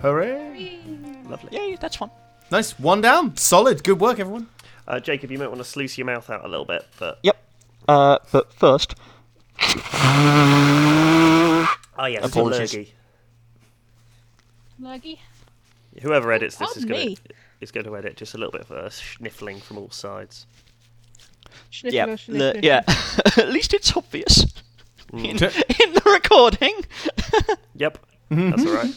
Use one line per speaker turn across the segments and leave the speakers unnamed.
Hooray!
Lovely. Yay, that's one.
Nice. One down. Solid. Good work, everyone.
Uh, Jacob, you might want to sluice your mouth out a little bit, but
Yep. Uh, but first,
oh yes,
Apologies.
lurgy.
Lurgy.
Whoever edits this is
pardon
going
me.
to is going to edit just a little bit of uh, sniffling from all sides.
yeah,
Sniffler,
le-
sniffler,
yeah. At least it's obvious in, in the recording.
Yep, that's all right.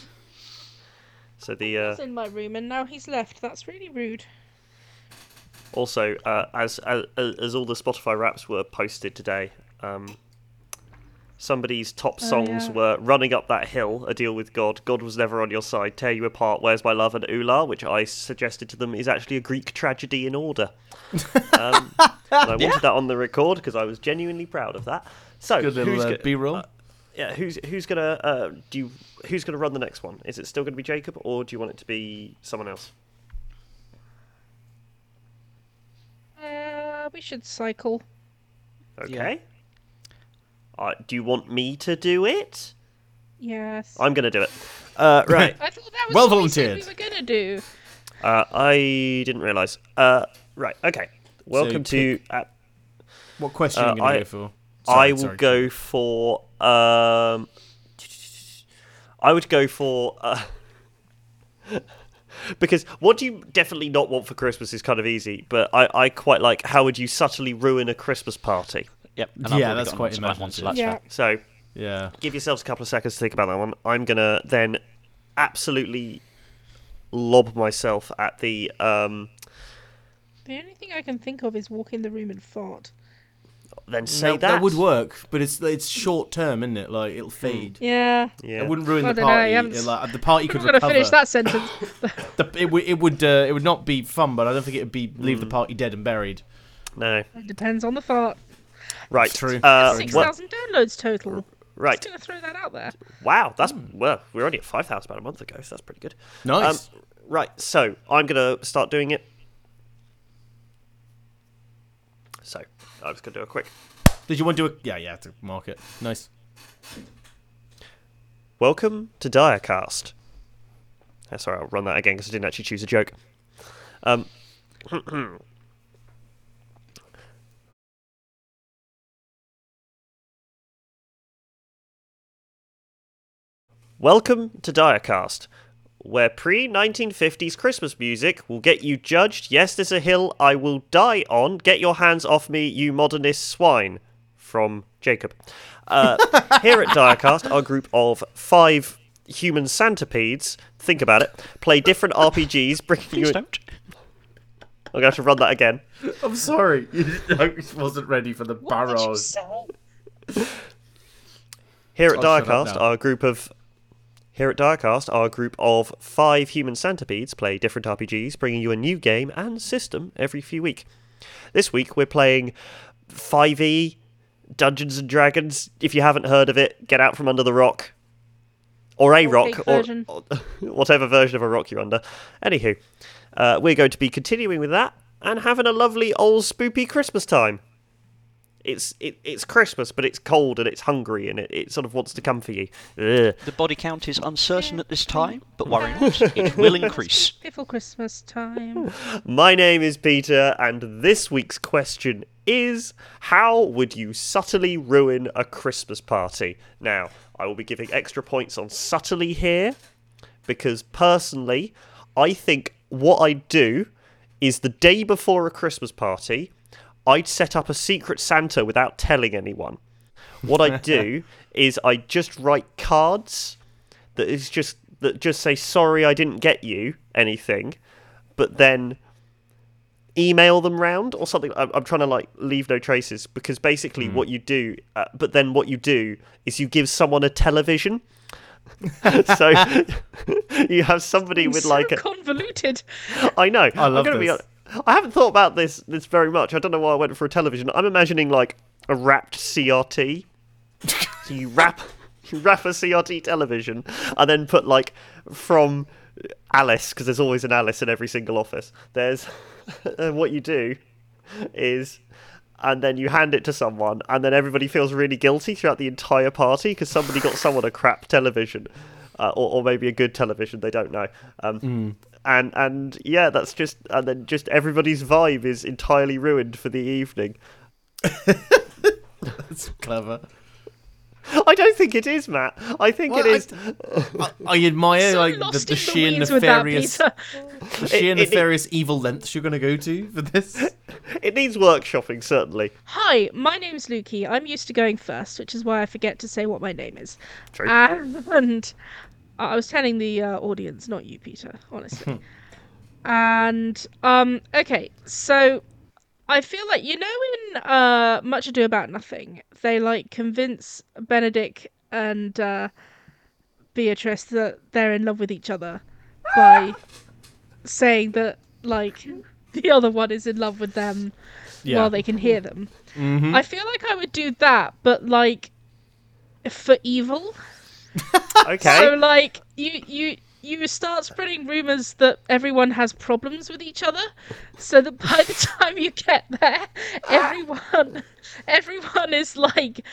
So the uh,
He's in my room and now he's left. That's really rude.
also uh, as, as as all the Spotify raps were posted today, um, somebody's top songs
yeah.
were "Running Up That Hill," "A Deal with God," "God Was Never on Your Side," "Tear You Apart," "Where's My Love," and "Ula," which I suggested to them is actually a Greek tragedy in order. Um, and I wanted that on the record because I was genuinely proud of that. So
Good little
who's
uh,
go-
B-roll.
yeah, who's who's gonna uh, do? You, who's gonna run the next one? Is it still gonna be Jacob, or do you want it to be someone else?
Uh, we should cycle.
Okay. Uh, do you want me to do it?
Yes.
I'm gonna do it. Uh, right.
I thought that was
Well
what we said
volunteered.
We were gonna do.
uh, I didn't realise. Uh, right. Okay. Welcome to. Uh,
What question are
Uh,
you going to
I-
go for?
I
Sorry,
will
sorry.
go for. Um, I would go for. Uh, because what you definitely not want for Christmas is kind of easy, but I, I quite like how would you subtly ruin a Christmas party?
Yep. And
Yeah,
I've already
that's
gotten
quite
onto that one, so that's
yeah.
fair.
So
Yeah.
give yourselves a couple of seconds to think about that one. I'm gonna then absolutely lob myself at the um
The only thing I can think of is walk in the room and fart.
then say
No,
that
would work, but it's it's short term, isn't it? Like it'll fade.
Yeah.
Yeah.
It wouldn't ruin
I
the
dunno, I
party.
haven't-
It, like, the party
I'm
could
not gonna
recover.
finish that sentence.
The- it, would- it would uh, it would not be fun, but I don't think it would be leave the party dead and buried.
No.
it depends on the fart.
Right.
It's true.
Uh,
Six
what-
thousand downloads total.
right.
Just gonna throw that out there.
Wow. That's well. We are only at five thousand about a month ago, so that's pretty good.
Nice.
Um, right. So I'm gonna start doing it. So I was gonna do a quick.
Did you want to do a yeah yeah to mark it? Nice.
Welcome to Diacast. Uh, sorry, I'll run that again because I didn't actually choose a joke. Um, Welcome to Diacast, where pre 1950s Christmas music will get you judged. Yes, there's a hill I will die on. Get your hands off me, you modernist swine. From Jacob. Uh, here at Diacast, our group of five human centipedes, think about it, play different RPGs, bringing you.
Please
I'm
don't.
going to have to run that again.
I'm sorry, I wasn't ready for the barrage.
Here at
I'll shut up
Diacast,
now.
our group of here at Diacast, our group of five human centipedes play different RPGs, bringing you a new game and system every few week. This week we're playing 5e E, Dungeons and Dragons. If you haven't heard of it, get out from under the rock, or a
Or
rock,
fake
or,
version.
or whatever version of a rock you're under. Anywho, uh, we're going to be continuing with that and having a lovely old spoopy Christmas time it's it, it's Christmas, but it's cold and it's hungry and it, it sort of wants to come for you. Ugh.
The body count is uncertain at this time, but worry not, it will increase.
Piffle Christmas time.
My name is Peter, and this week's question is: How would you subtly ruin a Christmas party? Now, I will be giving extra points on subtly here because personally, I think what I'd do is the day before a Christmas party, I'd set up a secret Santa without telling anyone. What I'd do is I'd just write cards that is just that just say sorry I didn't get you anything, but then email them round or something. I'm, I'm trying to like leave no traces because basically what you do, uh, but then what you do is you give someone a television. so you have somebody with
so
like a,
convoluted.
I know. I
love
am gonna
this.
Be, hon- I haven't thought about this this very much. I don't know why I went for a television. I'm imagining like a wrapped CRT. so you wrap you wrap a CRT television and then put like from Alice because there's always an Alice in every single office. There's and what you do is and then you hand it to someone and then everybody feels really guilty throughout the entire party because somebody got someone a crap television uh, or, or maybe a good television. They don't know. Um,
Mm.
And and yeah, that's just and then just everybody's vibe is entirely ruined for the evening.
That's clever.
I don't think it is, Matt. I think
Well,
it is.
I, I admire
So
like the,
lost
the
in
sheer
weeds with that,
nefarious,
Peter.
the sheer
It- it- it-
nefarious evil lengths you're going to go to for this.
It needs workshopping certainly.
Hi, my name's Lukey. I'm used to going first, which is why I forget to say what my name is.
True.
And I was telling the uh, audience, not you, Peter, honestly. and um, okay, so I feel like you know in uh, Much Ado About Nothing, they like convince Benedict and uh, Beatrice that they're in love with each other by saying that like the other one is in love with them
Yeah.
while they can hear them. I feel like I would do that, but like for evil.
Okay.
So like you you you start spreading rumors that everyone has problems with each other, so that by the time you get there, everyone everyone is like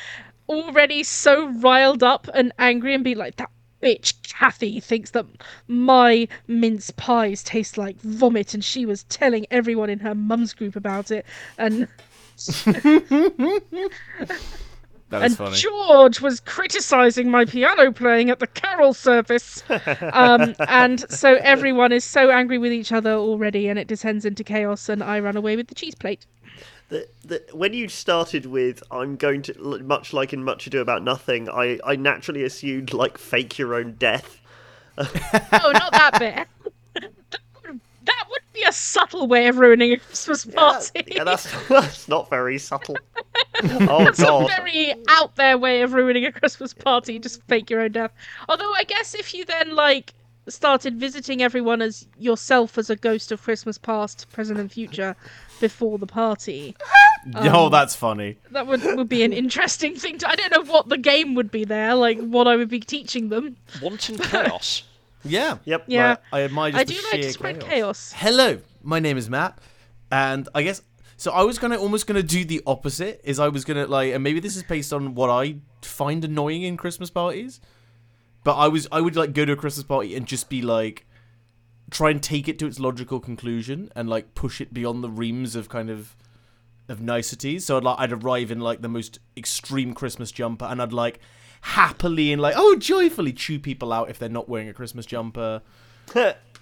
already so riled up and angry and be like that bitch Kathy thinks that my mince pies taste like vomit and she was telling everyone in her mum's group about it and
That
and
is funny.
George was criticizing my piano playing at the carol service. um, and so everyone is so angry with each other already, and it descends into chaos, and I run away with the cheese plate.
the, the, when you started with i'm going to l- much like in much ado about nothing i, I naturally assumed like fake your own death
Oh, not that bit. that, would, that would be a subtle way of ruining a Christmas party.
yeah that's that's not very subtle oh god
very out there way of ruining a Christmas party. Just fake your own death. Although I guess if you then like started visiting everyone as yourself as a ghost of Christmas past, present, and future before the party, um,
oh, that's funny.
that would would be an interesting thing to. I don't know what the game would be there, like what I would be teaching them.
Wanton chaos.
Yeah.
yep
Yeah,
Like, I admire. Just
I
the
do like to
sheer
spread
chaos.
chaos.
Hello, my name is Matt, and I guess so. I was gonna almost gonna do the opposite. Is I was gonna like, and maybe this is based on what I find annoying in Christmas parties. But I was, I would like go to a Christmas party and just be like, try and take it to its logical conclusion and like push it beyond the reams of kind of of niceties. So I'd like I'd arrive in like the most extreme Christmas jumper and I'd like happily and like oh joyfully chew people out if they're not wearing a Christmas jumper.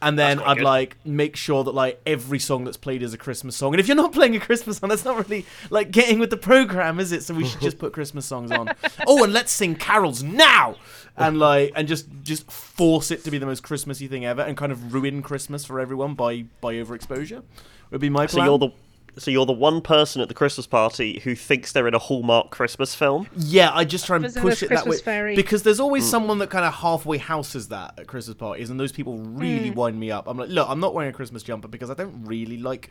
and then
quite
I'd
good.
like make sure that like every song that's played is a Christmas song. And if you're not playing a Christmas song, that's not really like getting with the program, is it? So we should just put Christmas songs on. oh, and let's sing carols now. And like and just just force it to be the most Christmassy thing ever and kind of ruin Christmas for everyone by by overexposure. Would be my
so
plan.
you're the so you're the one person at the christmas party who thinks they're in a hallmark christmas film
Yeah, I just try and
Because of
push
the
it that way
Christmas fairy.
because there's always someone that kind of halfway houses that at Christmas parties, and those people really
Mm.
wind me up. I'm like, look, I'm not wearing a Christmas jumper because I don't really like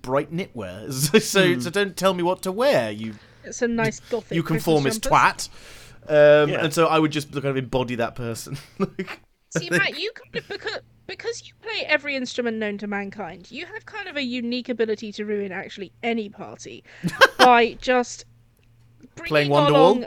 bright knitwear, so so, so don't tell me what to wear, you
It's a nice gothic.
you
Christmas
conformist
jumpers.
twat. Um,
Yeah.
And so I would just kind of embody that person. like,
See, Matt, you kind of because because you play every instrument known to mankind, you have kind of a unique ability to ruin actually any party by just bringing
Playing Wonderwall?
along.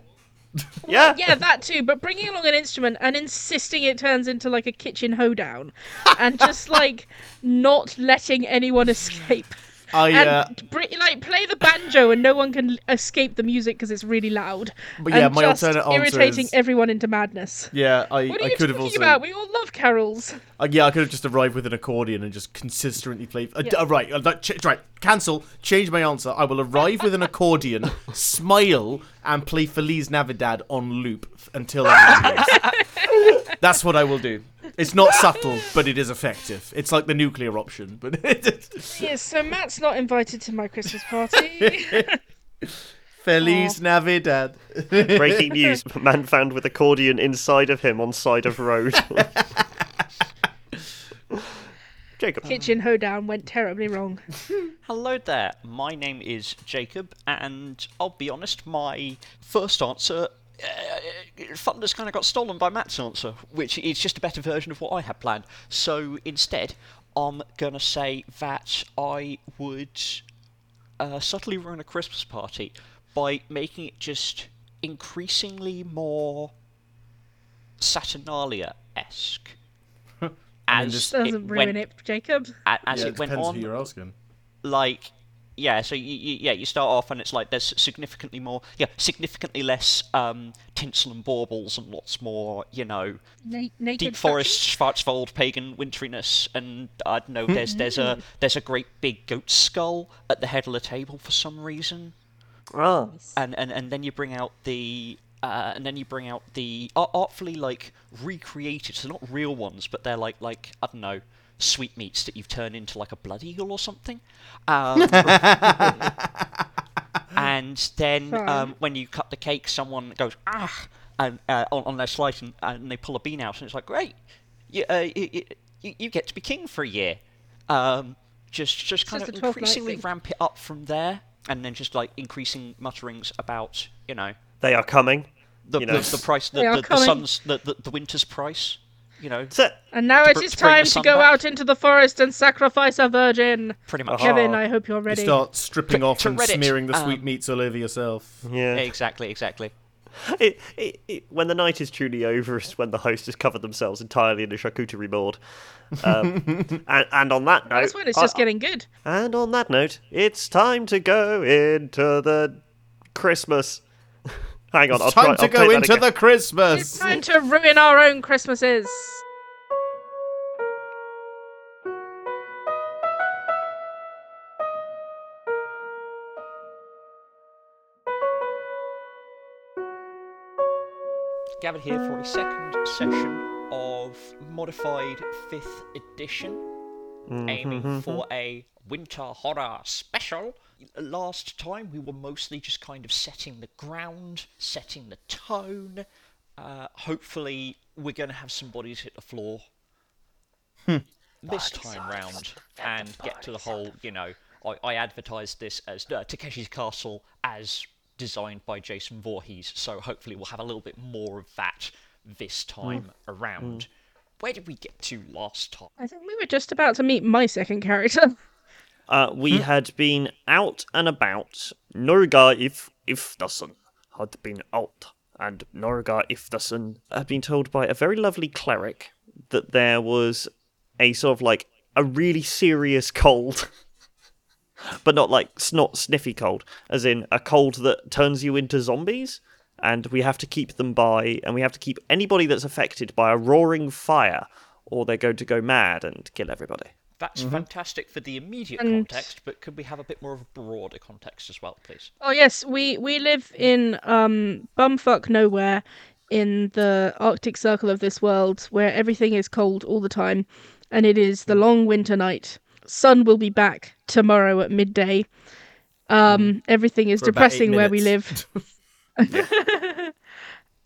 yeah
Yeah, that too. But bringing along an instrument and insisting it turns into like a kitchen hoedown, and just like not letting anyone escape.
I
And
uh,
br- like play the banjo and no one can escape the music because it's really loud.
But yeah,
and
my
just
alternate answer
irritating
is-
everyone into madness.
yeah, I,
What are
I
you
could
talking
have also
about? We all love carols.
Uh, yeah, I could have just arrived with an accordion and just consistently played. Uh, d-
Yeah.
uh, right, uh, that ch- right. Cancel. Change my answer. I will arrive with an accordion, smile, and play Feliz Navidad on loop f- until everyone leaves. That's what I will do. It's not subtle, but it is effective. It's like the nuclear option, but
Yes, so Matt's not invited to my Christmas party.
Feliz Navidad.
breaking news man found with accordion inside of him on side of road jacob
Kitchen hoedown went terribly wrong.
Hello there. My name is Jacob, and I'll be honest, my first answer. Uh, Thunder's kind of got stolen by Matt's answer, which is just a better version of what I had planned. So instead, I'm gonna say that I would uh, subtly ruin a Christmas party by making it just increasingly more Saturnalia esque as
just-
Doesn't
it
ruin
went,
it, Jacob.
a- as
Yeah,
it went
depends who
on.
you're asking.
like yeah so you, you, yeah you start off and it's like there's significantly more yeah significantly less um, tinsel and baubles and lots more you know
Na- naked
deep
fashion?
forest schwarzwald pagan winteriness and i don't know there's there's a there's a great big goat skull at the head of the table for some reason
Ah,
and and, and then you bring out the uh, and then you bring out the ar- artfully like recreated so not real ones but they're like like i don't know sweetmeats that you've turned into like a blood eagle or something um,
Mm.
and then
Fine.
um, when you cut the cake someone goes ah and uh, on, on their slice and, and they pull a bean out and it's like great you, uh, you, you, you get to be king for a year um, just just kind
just a
of
12 night
increasingly
thing.
ramp it up from there, and then just like increasing mutterings about you know
they are coming.
the
You know.
the, the price, the,
They are
the, the
coming.
sun's the, the, the winter's price, you know,
So,
And now it
br-
is
bring the
time to
sun
go
back.
out into the forest and sacrifice a virgin.
pretty much
Uh-huh.
Kevin, I hope you're ready.
You start stripping
To-
off
to
and
Reddit,
smearing the
um,
sweetmeats all over yourself.
yeah.
exactly exactly.
It, it, it, when the night is truly over is when the host has covered themselves entirely in a charcuterie board. Um, and, and on that note,
That's when it's
I-
just getting good.
and on that note, it's time to go into the Christmas. Hang on, I'll
It's time
try,
to
I'll
go
take that
into
again.
the
It's
Christmas.
time to ruin our own Christmases.
Gathered here for a second session of modified fifth edition, aiming for a winter horror special. Last time we were mostly just kind of setting the ground, setting the tone. Uh, hopefully, we're going to have some bodies hit the floor this time round and get to the whole, you know, I, I advertised this as uh, Takeshi's Castle as designed by Jason Voorhees, so hopefully we'll have a little bit more of that this time
Mm.
around. Where did we get to last time?
I think we were just about to meet my second character.
Uh, we had been out and about. Norga if if the sun had been out, and Norga if the sun had been told by a very lovely cleric that there was a sort of like a really serious cold, but not like snot sniffy cold, as in a cold that turns you into zombies. And we have to keep them by, and we have to keep anybody that's affected by a roaring fire, or they're going to go mad and kill everybody.
That's
Mm-hmm.
fantastic for the immediate
And-
context, but could we have a bit more of a broader context as well, please?
Oh yes, we we live in um bumfuck nowhere in the Arctic Circle of this world where everything is cold all the time and it is the long winter night. Sun will be back tomorrow at midday. Um everything is
Mm-hmm. For about eight
depressing where we live
minutes.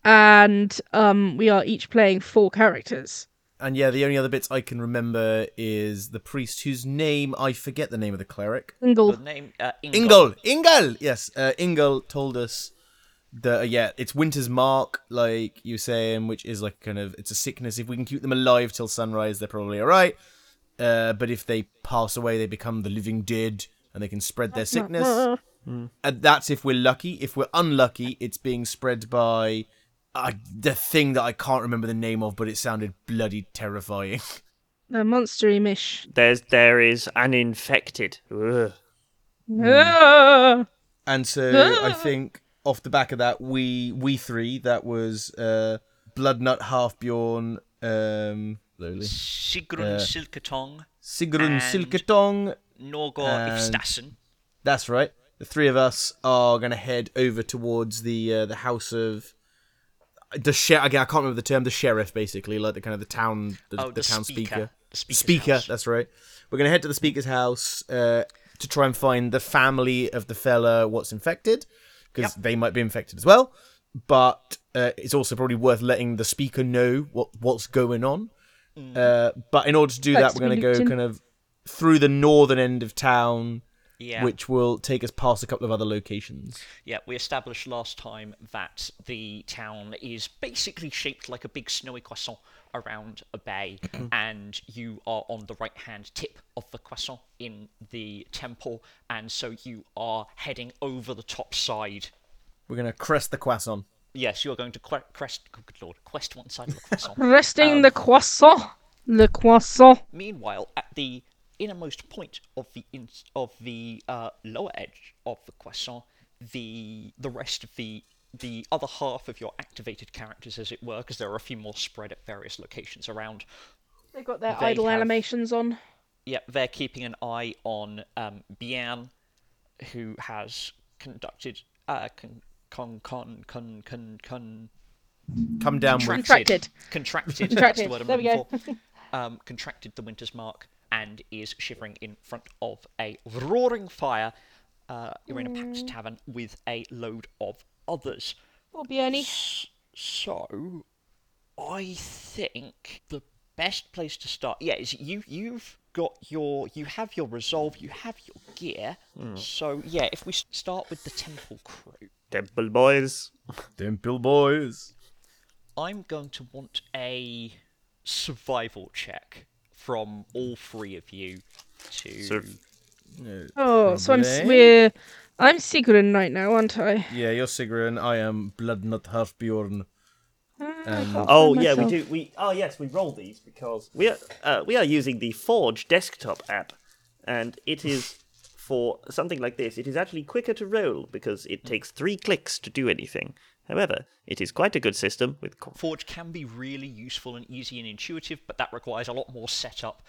and um we are each playing four characters.
And yeah, the only other bits I can remember is the priest whose name I forget the name of the cleric.
Single
The name uh, Ingol.
Ingol, Ingol, yes, uh, Ingol told us that uh, yeah, it's winter's mark, like you were saying, which is like kind of it's a sickness. If we can keep them alive till sunrise, they're probably all right. Uh, but if they pass away, they become the living dead, and they can spread their sickness. And that's if we're lucky. If we're unlucky, it's being spread by uh, the thing that I can't remember the name of, but it sounded bloody terrifying.
the monstery mish.
there's there is an infected. Ugh.
Mm.
Ah!
And so I think off the back of that, we we three that was uh, Bloodnut Halfbjorn, um, lowly
Sigrun
Uh,
Silketong,
Sigrun
And-
Silketong.
Norgor
and-
Ifstasen.
That's right. The three of us are going to head over towards the uh, the house of the sheriff. Again, I can't remember the term. The sheriff, basically, like the kind of the town, the,
Oh,
the, town speaker.
The speaker's
speaker.
house.
That's right. We're gonna head to the speaker's house uh, to try and find the family of the fella what's infected, because they might be infected as well. But uh, it's also probably worth letting the speaker know what what's going on.
Mm.
Uh, but in order to do that,
That's
we're gonna
been
go
looked in.
kind of through the northern end of town,
Yeah.
which will take us past a couple of other locations.
Yeah, we established last time that the town is basically shaped like a big snowy croissant around a bay, and you are on the right hand tip of the croissant in the temple, and so you are heading over the top side.
We're gonna crest the Quasson.
Yes, you're going to que- crest. oh, Good lord, quest one side of the croissant.
Resting
Um,
the croissant. Le croissant.
Meanwhile, at the innermost point of the in- of the uh, lower edge of the croissant, the the rest of the the other half of your activated characters, as it were, because there are a few more spread at various locations around.
They've got their
They
idle
have-
animations on.
Yep, they're keeping an eye on um, Bian, who has conducted uh, con con con con con con
Come down with.
contracted.
Contracted.
Contracted. That's the
Contracted.
word I'm
There we
looking for. Um, contracted the winter's mark and is shivering in front of a roaring fire. Uh, you're in a
Mm.
packed tavern with a load of others.
Poor Bjorny.
So, I think the best place to start, yeah, is you. You've got your, you have your resolve, you have your gear. So yeah, if we s- start with the temple crew,
Temple boys.
Dimple boys.
I'm going to want a survival check from all three of you to
So
Oh, so I'm
Lovely.
s- we're I'm Sigrun right now, aren't I?
Yeah, you're Sigrun. I am Bloodnut Hearthbjorn. Um,
Oh yeah,
myself.
we do. We oh yes, we roll these because we are uh, we are using the Forge desktop app, and it is for something like this. It is actually quicker to roll because it takes three clicks to do anything. However, it is quite a good system with. co-
Forge can be really useful and easy and intuitive, but that requires a lot more setup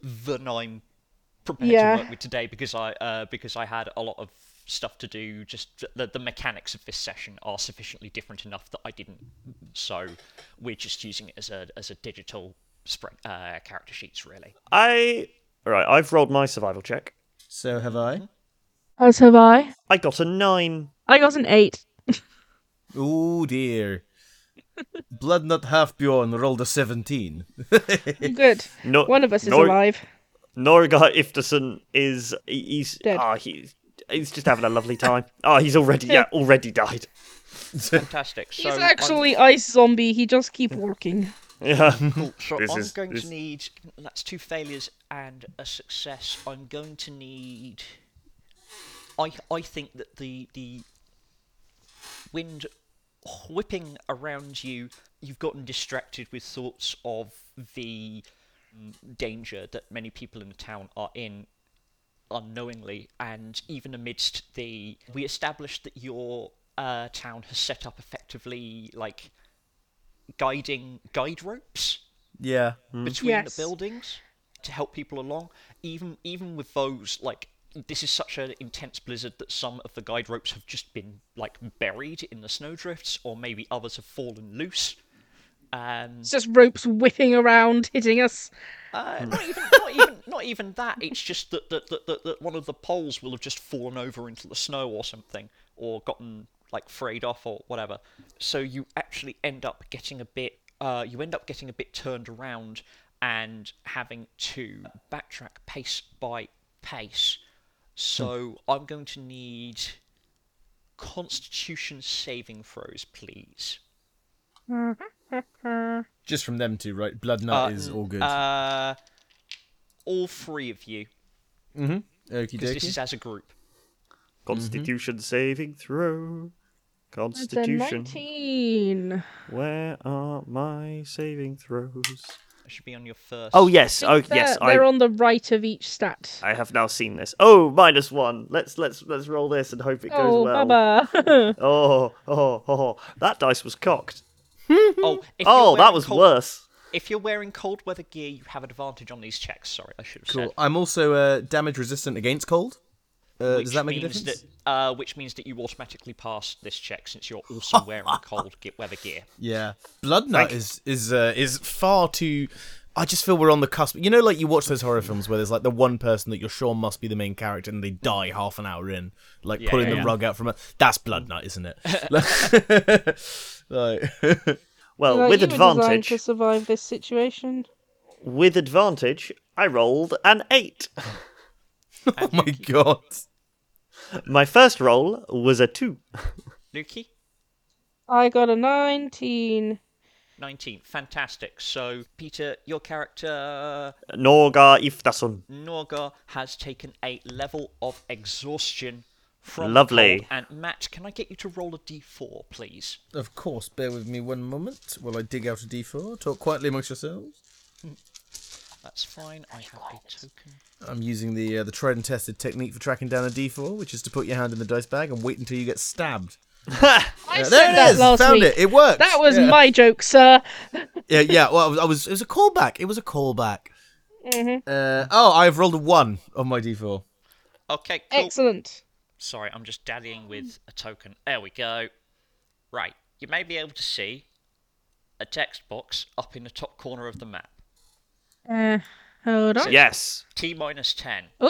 than I'm prepared
Yeah.
to work with today because I uh, because I had a lot of stuff to do. Just the, the mechanics of this session are sufficiently different enough that I didn't. So we're just using it as a as a digital spread uh, character sheets really.
I all right. I've rolled my survival check.
so have I.
As have I.
I got a nine.
I got an eight.
Mm-hmm.
Oh dear. Bloodnut Halfbjorn rolled a 17.
Good.
No,
One of us is
Nor-
alive.
Norgar Ifterson is he- he's
Dead.
ah he's he's just having a lovely time. Ah, he's already yeah already died.
Fantastic. So
He's
I'm-
actually ice zombie. He just keep working.
Yeah.
Cool. So
This
I'm
is-
going
this-
to need. That's two failures and a success. I'm going to need. I I think that the the wind whipping around you, you've gotten distracted with thoughts of the mm, danger that many people in the town are in unknowingly, and even amidst the. We established that your uh, town has set up effectively like guiding guide ropes
yeah.
between
Yes.
the buildings to help people along. Even even with those, like this is such an intense blizzard that some of the guide ropes have just been like buried in the snowdrifts, or maybe others have fallen loose. Um,
It's just ropes whipping around, hitting us.
uh,
Hmm.
not even not even not even that. It's just that that, that, that that one of the poles will have just fallen over into the snow or something, or gotten like frayed off or whatever. So you actually end up getting a bit. Uh, you end up getting a bit turned around and having to backtrack pace by pace. So
Hmm.
I'm going to need Constitution saving throws, please.
Just from them two, right? Bloodnut
Uh,
is all good.
Uh, all three of you,
Mm-hmm. Okie
because this
dokie.
is as a group.
Constitution saving throw.
It's a
Constitution.
nineteen.
Where are my saving throws?
It should be on your first.
Oh yes, oh
They're,
yes. I
they're on the right of each stat.
I have now seen this. Oh, minus one. Let's let's let's roll this and hope it goes
Oh,
well.
Baba.
Oh, oh, oh, that dice was cocked.
Oh, if you're
Oh, that
wearing
was
cold,
worse.
If you're wearing cold weather gear, you have advantage on these checks. Sorry, I should have
Cool.
said.
I'm also uh, damage resistant against cold. Uh, does
Which
that make a
means
difference?
That, uh, which means that you automatically pass this check since you're also wearing cold ge- weather gear.
Yeah, Bloodnut is is uh, is far too. I just feel we're on the cusp. You know, like you watch those horror films where there's like the one person that you're sure must be the main character, and they die half an hour in, like
Yeah,
pulling
yeah,
the
yeah.
rug out from it. That's Bloodnut, isn't it? like,
Well, with advantage,
to survive this situation.
with advantage, I rolled an eight.
oh my god!
My first roll was a two.
Nuki,
I got a nineteen.
19. Fantastic. So, Peter, your character
Norgar Iftason.
Norga has taken a level of exhaustion from
Lovely.
Cold. And Matt, can I get you to roll a d4, please?
Of course, bear with me one moment while I dig out a d4. Talk quietly amongst yourselves.
That's fine. I have a token.
I'm using the uh, the tried and tested technique for tracking down a d4, which is to put your hand in the dice bag and wait until you get stabbed.
I
Yeah,
said
there
that
it is.
last
Found
week.
it. It worked.
That was
yeah.
my joke, sir.
Yeah, yeah. Well, I was, I was. It was a callback. It was a callback.
Mm-hmm.
Uh, oh, I've rolled a one on my d4.
Okay, cool.
Excellent.
Sorry, I'm just dallying with a token. There we go. Right, you may be able to see a text box up in the top corner of the map.
Uh, hold on.
Yes.
T minus 10.
Ooh.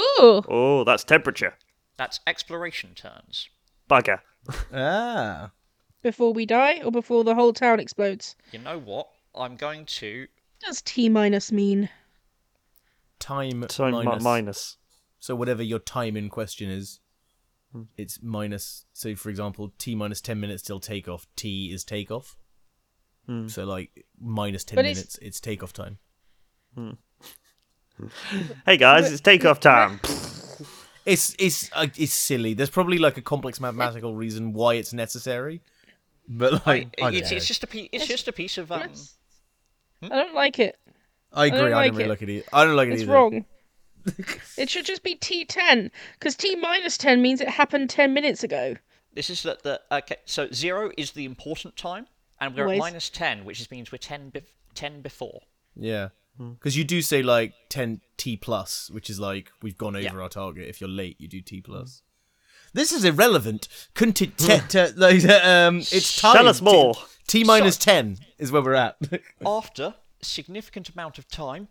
Oh, that's temperature.
That's exploration turns.
Bugger.
Ah.
Before we die, or before the whole town explodes.
You know what? I'm going to.
What does T minus mean?
Time,
Time mi-
minus.
minus.
So whatever your time in question is,
Hmm.
it's minus. So for example, t minus ten minutes till takeoff. T is takeoff.
Hmm.
So like minus ten
But it's-
minutes, it's takeoff time.
Hey guys, it's takeoff time.
It's it's uh, it's silly. There's probably like a complex mathematical reason why it's necessary, but like I, don't
it's,
know.
it's just a piece. It's just a piece of um.
That's-
Hmm?
I don't like it.
I agree. I don't,
don't like
really
it.
like it either. I don't like it
It's
either.
wrong. it should just be T10, because T minus 10 means it happened 10 minutes ago.
This is that the okay. So zero is the important time, and we're at
Always.
minus ten, which is- means we're ten bef- ten before.
Yeah.
Hmm.
Because you do say like 10 T plus, which is like we've gone over
Yeah.
our target. If you're late, you do
Hmm.
T plus. This is irrelevant. Conti- te- te- like, um, it's time.
Tell us more.
T minus 10 is where we're at.
After significant amount of time,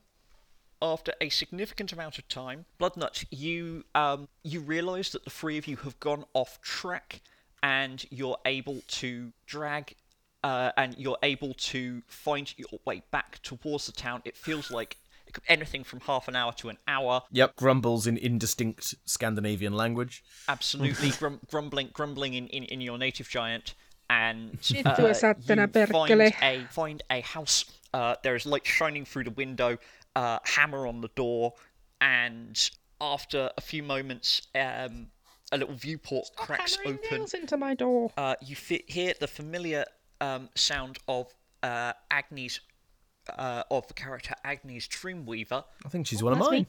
after a significant amount of time, Bloodnut, you um you realise that the three of you have gone off track, and you're able to drag. Uh, and you're able to find your way back towards the town. It feels like it could be anything from half an hour to an hour.
yep. Grumbles in indistinct Scandinavian language.
absolutely grum- grumbling, grumbling in, in, in your native giant, and
Shittu
uh,
sattana
you find
perkele.
a find a house. Uh, there is light shining through the window, uh, hammer on the door, and after a few moments, um, a little viewport cracks
Hammering
open.
nails into my door.
Uh, you fe hear the familiar um, sound of uh, Agnes, uh, of the character Agnes Dreamweaver.
I think she's one of
Oh, that's
mine.
me.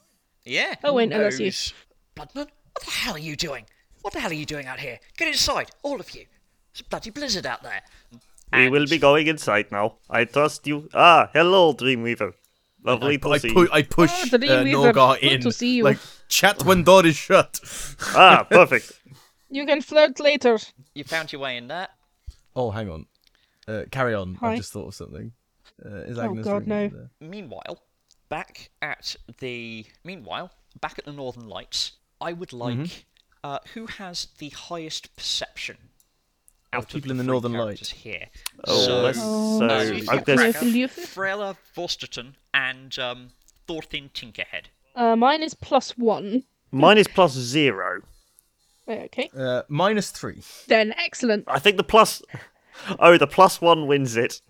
Yeah.
Oh,
who
wait, no, that's you.
knows? Bloodman, what the hell are you doing? What the hell are you doing out here? Get inside, all of you. It's a bloody blizzard out there.
We will be going inside now. I trust you. Ah, hello, Dreamweaver. Lovely
I, I,
pussy.
pu- I push
Ah,
uh,
the dream weaver.
Norgar
Good
in.
to see you.
Like, chat when door is shut.
Ah, perfect.
You can flirt later.
You found your way in there.
Oh, hang on. Uh, carry on.
Hi.
I just thought of something. Uh, is
Oh,
Agnes ringing
God, no.
there?
Meanwhile, back at the meanwhile back at the Northern Lights, I would like uh, who has the highest perception out of,
people in the
three
Northern
characters
Lights.
here.
Oh,
so,
let's- so
uh,
so
you've
I'm
got
gonna-
Freka,
Fluffer.
Frela Vorsterton and um, Thorfinn Tinkerhead.
Uh, mine is plus one.
Mine is plus zero.
Wait, okay.
Uh, minus three.
Then, excellent.
I think the plus. Oh, the plus one wins it.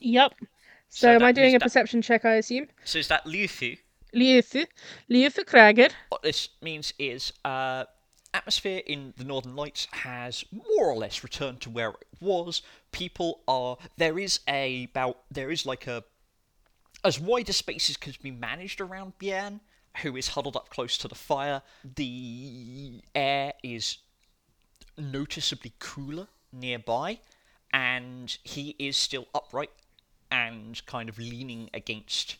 Yep. So,
So
am
that
I doing
means
a
that-
perception check, I assume?
So is that Lufu?
Liufu. Liufu Krager.
What this means is uh, atmosphere in the Northern Lights has more or less returned to where it was. People are there is a about there is like a as wide a space as could be managed around Bien, who is huddled up close to the fire. The air is noticeably cooler nearby, and he is still upright and kind of leaning against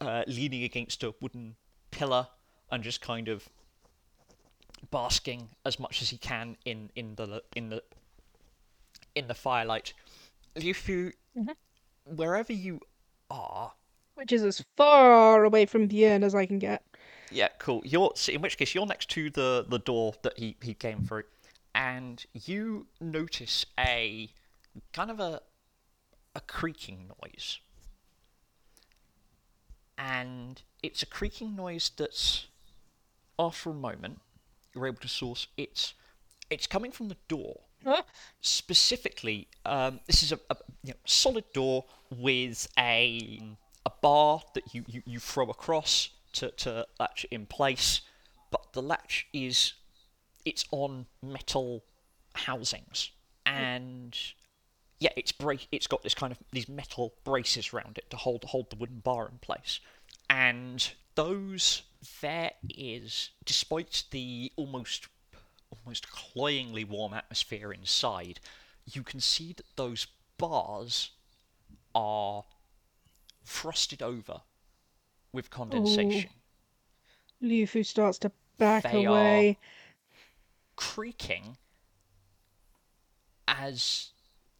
uh, leaning against a wooden pillar and just kind of basking as much as he can in in the in the in the firelight. Lufu, wherever you are,
Which is as far away from Bjorn as I can get.
yeah, cool. You're so in which case you're next to the the door that he he came through, and you notice a kind of a a creaking noise, and it's a creaking noise that's after a moment you're able to source it's it's coming from the door
Huh?
specifically, um, this is a, a you know, solid door with a a bar that you, you, you throw across to, to latch it in place, but the latch is it's on metal housings and yeah it's break it's got this kind of these metal braces around it to hold hold the wooden bar in place and those there is despite the almost almost cloyingly warm atmosphere inside you can see that those bars are frosted over with condensation
Lufu starts to back
They
away.
creaking as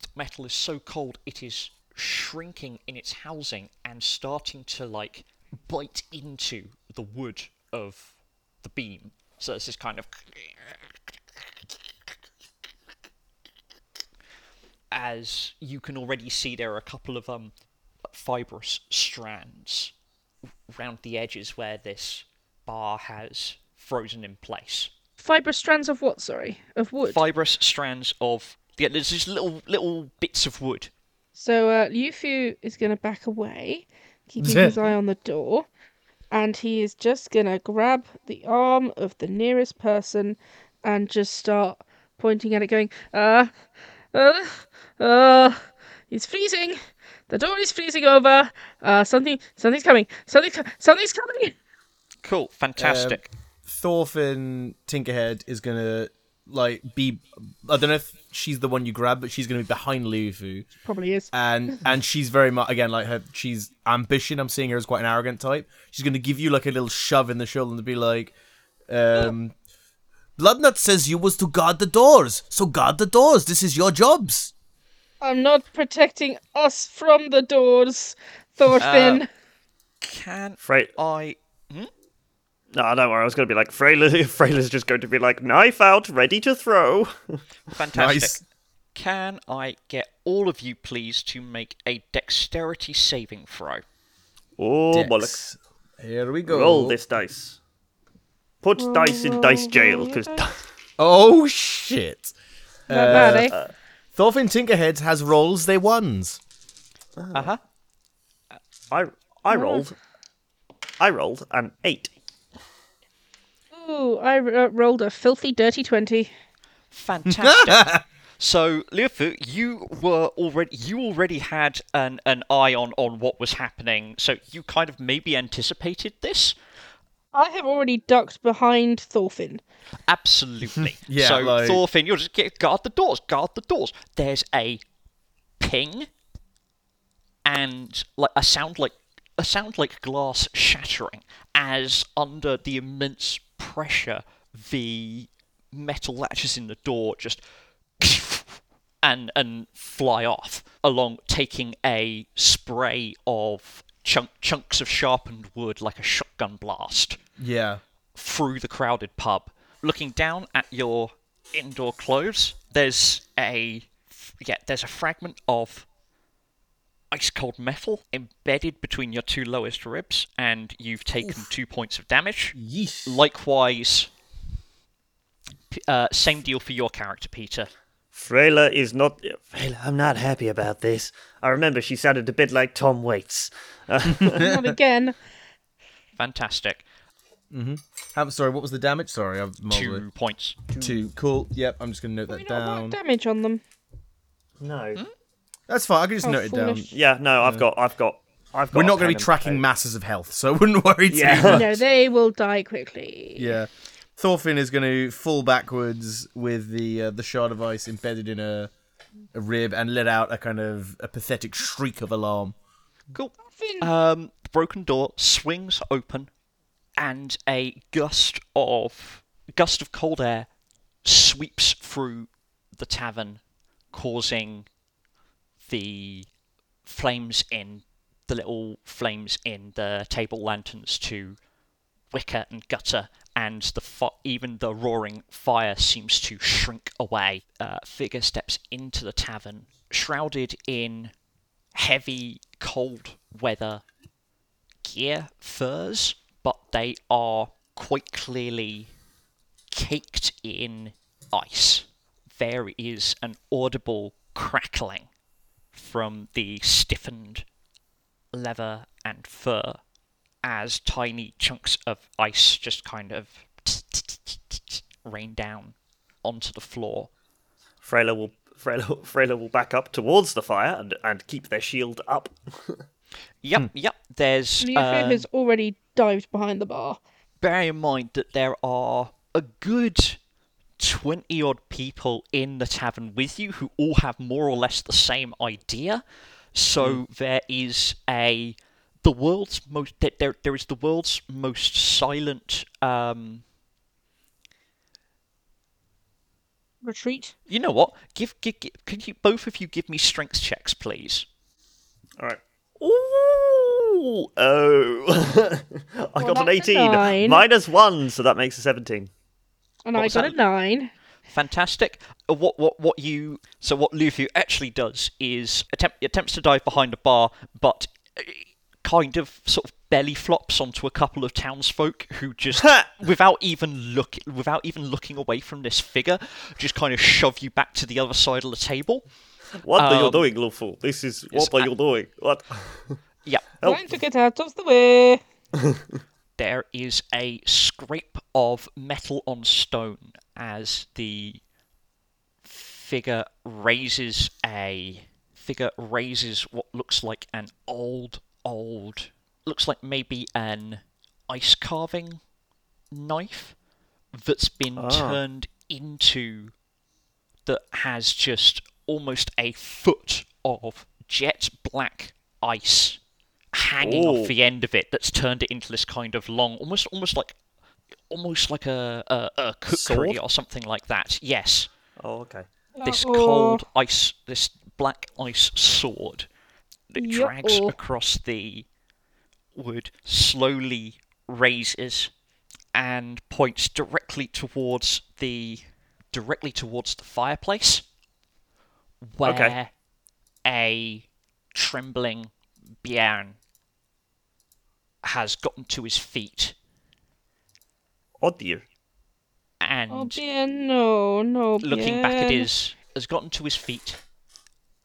the metal is so cold it is shrinking in its housing and starting to like bite into the wood of the beam. So it's this kind of as you can already see there are a couple of um fibrous strands round the edges where this bar has frozen in place
Fibrous strands of what? Sorry, of wood.
fibrous strands of yeah. There's just little little bits of wood.
So uh, Liu Fu is going to back away, keeping his eye on the door, and he is just going to grab the arm of the nearest person and just start pointing at it, going, uh, uh, uh, it's freezing. The door is freezing over. Uh, something, something's coming. Something, something's coming.
Cool, Um, fantastic.
Thorfinn Tinkerhead is gonna like be. I don't know if she's the one you grab, but she's gonna be behind Lufu,
Probably is.
and and she's very much again like her. She's ambition. I'm seeing her as quite an arrogant type. She's gonna give you like a little shove in the shoulder and be like, um, "Bloodnut says you was to guard the doors, so guard the doors. This is your jobs."
I'm not protecting us from the doors, Thorfinn.
Uh, Can
Frey.
I?
No, don't worry. I was going to be like Freyla. Freyla's just going to be like knife out, ready to throw.
Fantastic.
Nice.
Can I get all of you please to make a dexterity saving throw?
Oh
Dex.
bollocks!
Here we go.
Roll this dice. Put dice in dice jail because
Oh shit!
Not
uh,
bad, eh?
Thorfinn Tinkerhead has rolls they ones.
Uh huh.
I I rolled. I rolled an eight.
Ooh, I uh, rolled a filthy dirty 20.
Fantastic. so, Leofu, you were already you already had an, an eye on, on what was happening, so you kind of maybe anticipated this.
I have already ducked behind Thorfinn.
Absolutely.
Yeah,
so
like-
Thorfinn, you're just get, guard the doors, guard the doors. There's a ping and like a sound like a sound like glass shattering as under the immense pressure the metal latches in the door just and and fly off along taking a spray of chunk, chunks of sharpened wood like a shotgun blast
Yeah.
through the crowded pub. Looking down at your indoor clothes, there's a yeah, there's a fragment of ice cold metal embedded between your two lowest ribs, and you've taken two points of damage.
Yeesh.
Likewise, p- uh, same deal for your character, Peter.
Freyla is not. Freyla, I'm not happy about this. I remember she sounded a bit like Tom Waits.
Not again.
Fantastic.
I'm sorry, what was the damage? Sorry, I've
Two
multiplied.
points.
Two. Cool. Yep, I'm just going to note
We
that
not mark
down.
damage on them.
No.
Hmm?
That's fine. I can just
Oh,
note it down.
foolish.
Yeah, no. I've got. I've got. I've got.
We're
a
not going to
pen
be
and
tracking
paper.
masses of health, so I wouldn't worry too
Yeah.
much.
No, they will die quickly.
Yeah. Thorfinn is going to fall backwards with the uh, the shard of ice embedded in a, a rib and let out a kind of a pathetic shriek of alarm.
Cool.
Thorfinn.
Um, the broken door swings open, and a gust of gust of cold air sweeps through the tavern, causing the flames in the little flames in the table lanterns to wicker and gutter, and the fi- even the roaring fire seems to shrink away. Uh, figure steps into the tavern, shrouded in heavy, cold weather gear furs, but they are quite clearly caked in ice. There is an audible crackling from the stiffened leather and fur as tiny chunks of ice just kind of rain down onto the floor.
Freyla will Freyla, Freyla will back up towards the fire and, and keep their shield up.
Yep, yep. There's.
Mufo
Uh,
has already dived behind the bar.
bear in mind that there are a good 20 odd people in the tavern with you who all have more or less the same idea. So there is a. The world's most. There, there, there is the world's most silent. Um,
Retreat.
you know what? Give, give, give. Could you both of you give me strength checks, please?
All right. Ooh! Oh! I
Well,
got an
that's a
18.
nine.
Minus one, so that makes a 17.
And
What
I
was
got
that?
a nine.
Fantastic. Uh, What what what you so what Luffy actually does is attempt attempts to dive behind a bar, but uh, kind of sort of belly flops onto a couple of townsfolk who just without even look without even looking away from this figure, just kind of shove you back to the other side of the table.
What are you
Um,
doing, Luffy? This is. What
yes,
are
I-
you doing? What?
Yeah,
Time to get out of the way.
there is a scrape of metal on stone as the figure raises a figure raises what looks like an old old looks like maybe an ice carving knife that's been
Ah.
turned into that has just almost a foot of jet black ice hanging
Ooh.
off the end of it that's turned it into this kind of long almost almost like almost like a a, a kukri
Sword?
or something like that yes
Oh, okay.
this
Uh-oh.
cold ice, this black ice sword that drags
Yeah-oh.
across the wood, slowly raises and points directly towards the directly towards the fireplace, where
Okay.
a trembling Bjorn has gotten to his feet
Oh dear.
and
Oh dear, no, no.
looking back at
bien.
his has gotten to his feet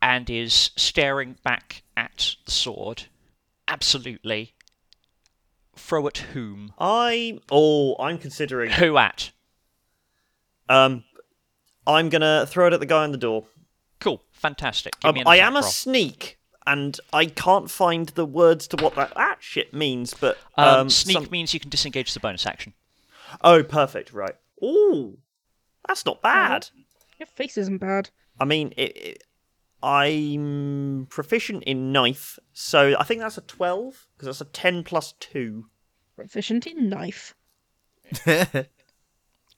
and is staring back at the sword absolutely throw at whom
I'm. Oh, I'm considering.
who at
Um, I'm gonna throw it at the guy on the door.
cool fantastic Give
Um,
me an
I
attack
am a
roll.
sneak, and I can't find the words to what that, that shit means. But
um,
um,
sneak
some-
means you can disengage the bonus action
Oh, perfect. Right. Ooh, that's not bad.
Mm-hmm.
Your face isn't bad.
I mean, it, it, I'm proficient in knife, so I think that's a twelve because that's a ten plus two.
Proficient in knife.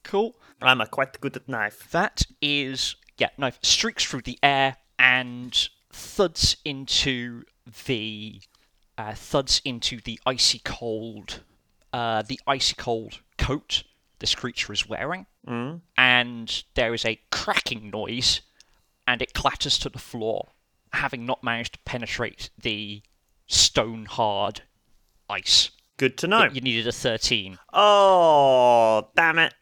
cool
I'm a quite good at knife.
that is yeah knife streaks through the air and thuds into the uh, thuds into the icy cold uh, the icy cold coat this creature is wearing and there is a cracking noise and it clatters to the floor having not managed to penetrate the stone hard ice
Good to know.
you needed a 13
Oh, damn it.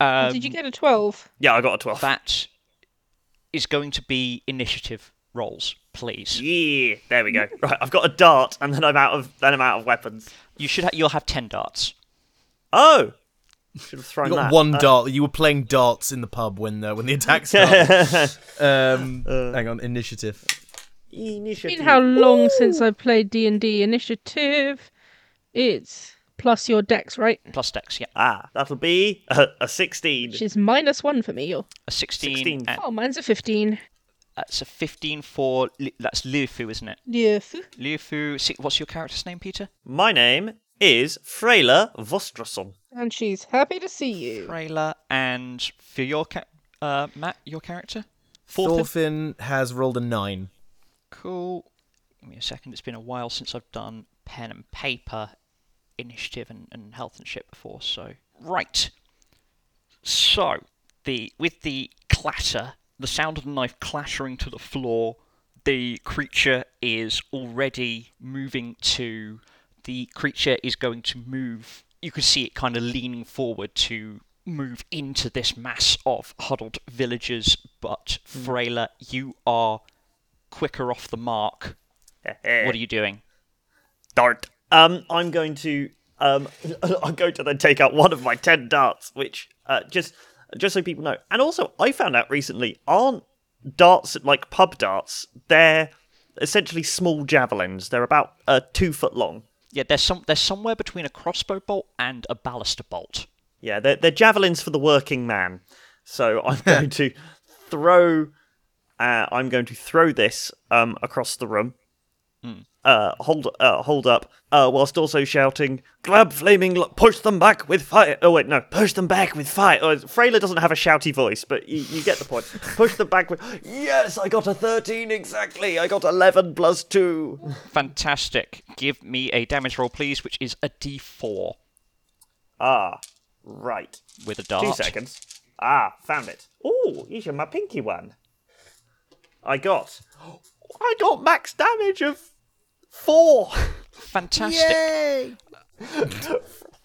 um,
Did you get a 12?
Yeah, I got a twelve.
That is going to be initiative rolls, please.
Yeah, there we go. Right, I've got a dart, and then I'm out of then I'm out of weapons.
You should ha- you'll have ten darts.
Oh, should have thrown
You got
that.
one
Uh,
dart. You were playing darts in the pub when uh, when the attack started.
Uh.
um, hang on, initiative.
It's
initiative.
been how long since I played D&D Initiative? It's plus your dex, right?
Plus dex, yeah.
Ah, that'll be a, a sixteen.
Which is minus one for me. You're...
A sixteen.
16.
and-
Oh, mine's a 15.
that's a fifteen for Li- that's Liufu, isn't it?
Yeah.
Liufu. si- What's your character's name, Peter?
My name is Freyla Vostrason.
And she's happy to see you.
Rayla. And for your ca- uh, Matt, your character. Thorfinn?
Thorfinn has rolled a nine.
Cool. Give me a second. It's been a while since I've done pen and paper initiative and, and health and shit before, so. Right. So, the with the clatter, the sound of the knife clattering to the floor, the creature is already moving to. The creature is going to move. You can see it kind of leaning forward to move into this mass of huddled villagers, but Freyla, you are quicker off the mark. What are you doing?
Dart. Um, I'm going to Um, I'm going to then take out one of my ten darts, which uh, just just so people know. And also, I found out recently aren't darts like pub darts? They're essentially small javelins. They're about uh, two foot long.
Yeah, there's some there's somewhere between a crossbow bolt and a ballista bolt.
Yeah, they're, they're javelins for the working man. So I'm going to throw. Uh, I'm going to throw this um, across the room. Uh, hold, uh, hold up, uh, whilst also shouting, "Grab flaming! Lo- push them back with fire!" Oh wait, no, push them back with fire. Oh, Freyla doesn't have a shouty voice, but you, you get the point. push them back with. Yes, I got a thirteen exactly. I got eleven plus two.
Fantastic. Give me a damage roll, please, which is a D4
Ah, right.
with a dart.
Two seconds. Ah, found it. Ooh, you should my pinky one. I got. I got max damage of four.
Fantastic.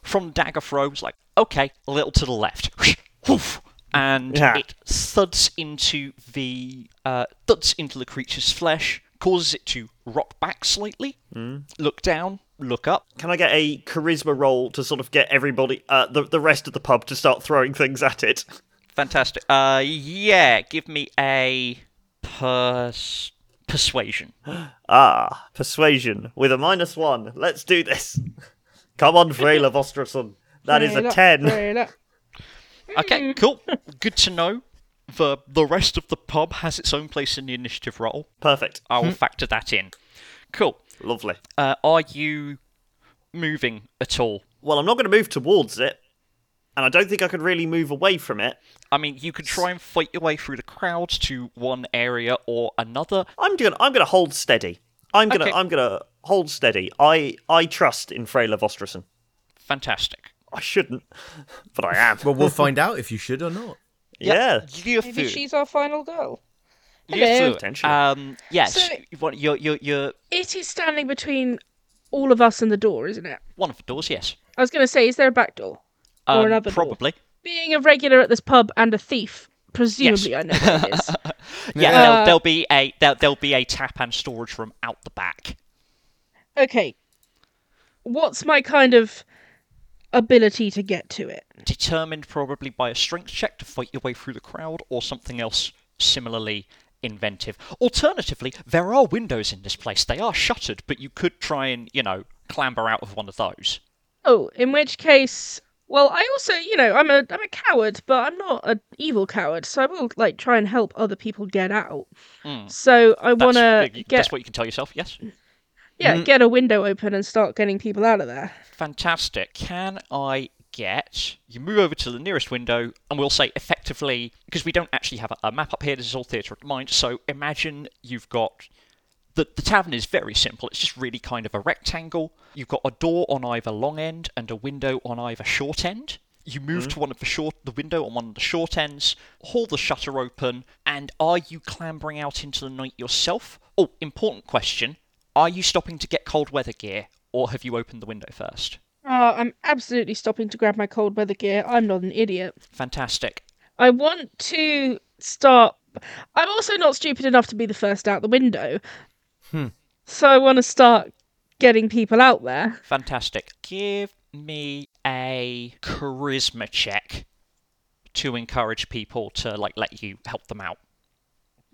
From dagger throw, it's like, okay, a little to the left. Woof. and
Yeah.
it thuds into the uh, thuds into the creature's flesh, causes it to rock back slightly,
Mm.
look down, look up.
Can I get a charisma roll to sort of get everybody, uh, the the rest of the pub, to start throwing things at it?
Fantastic. Uh, yeah, give me a pers- persuasion.
Ah, persuasion with a minus one. Let's do this. Come on, Freyla Vostrason. That is a
Freyla,
ten.
Freyla.
Okay, cool. Good to know. The the rest of the pub has its own place in the initiative roll.
Perfect.
I
Hmm.
will factor that in. Cool.
Lovely.
Uh, are you moving at all?
Well, I'm not going to move towards it, and I don't think I could really move away from it.
I mean, you could try and fight your way through the crowd to one area or another.
I'm gonna I'm gonna hold steady. I'm gonna
Okay.
I'm gonna hold steady. I I trust in Freyla Vostrason.
Fantastic.
I shouldn't, but I am.
Well, we'll find out if you should or not.
yeah.
Maybe
Liufu.
she's our final girl. Hello.
Liufu.
Potentially.
Um, yes.
So-
you want- you're, you're, you're
It is standing between all of us and the door, isn't it?
one of the doors, yes.
I was going to say, is there a back door or
Um,
another door?
probably.
Being a regular at this pub and a thief, presumably I know where it is.
Yeah,
Yeah.
there'll, there'll be a there'll, there'll be a tap and storage room out the back.
Okay, what's my kind of ability to get to it?
determined probably by a strength check to fight your way through the crowd or something else similarly inventive. Alternatively, there are windows in this place. They are shuttered, but you could try and, you know, clamber out of one of those.
Oh, in which case, well, I also, you know, I'm a I'm a coward, but I'm not an evil coward, so I will like try and help other people get out. So I
Hmm. That's,
want to
you-
get
that's what you can tell yourself, yes?
yeah get a window open and start getting people out of there.
Fantastic. Can I get. You move over to the nearest window, and we'll say effectively, because we don't actually have a, a map up here, this is all theatre of the mind, so imagine you've got. The, the tavern is very simple. It's just really kind of a rectangle. You've got a door on either long end and a window on either short end. You move to one of the short, the window on one of the short ends. Haul the shutter open, and are you clambering out into the night yourself? Oh, important question: Are you stopping to get cold weather gear, or have you opened the window first?
Uh, I'm absolutely stopping to grab my cold weather gear. I'm not an idiot.
Fantastic.
I want to start. I'm also not stupid enough to be the first out the window.
Hmm.
So I want to start getting people out there.
Fantastic. Give me a charisma check to encourage people to like let you help them out.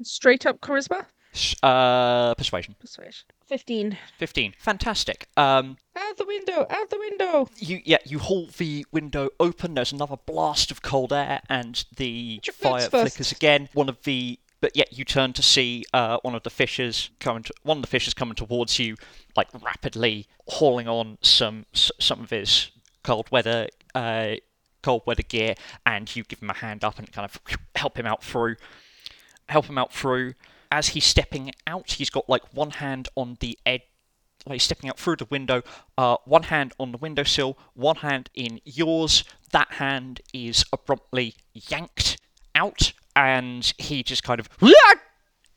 Straight up charisma?
S- Uh, persuasion.
Persuasion. 15.
Fifteen. Fantastic. Um,
Out the window, out the window.
you yeah, you haul the window open. There's another blast of cold air, and the
Put your
fire
boots first.
flickers again. One of the but yet you turn to see uh, one of the fishers coming. To, one of the fishers coming towards you, like rapidly hauling on some s- some of his cold weather uh, cold weather gear, and you give him a hand up and kind of help him out through help him out through. As he's stepping out, he's got like one hand on the edge, like he's stepping out through the window, uh, one hand on the windowsill, one hand in yours. That hand is abruptly yanked out, and he just kind of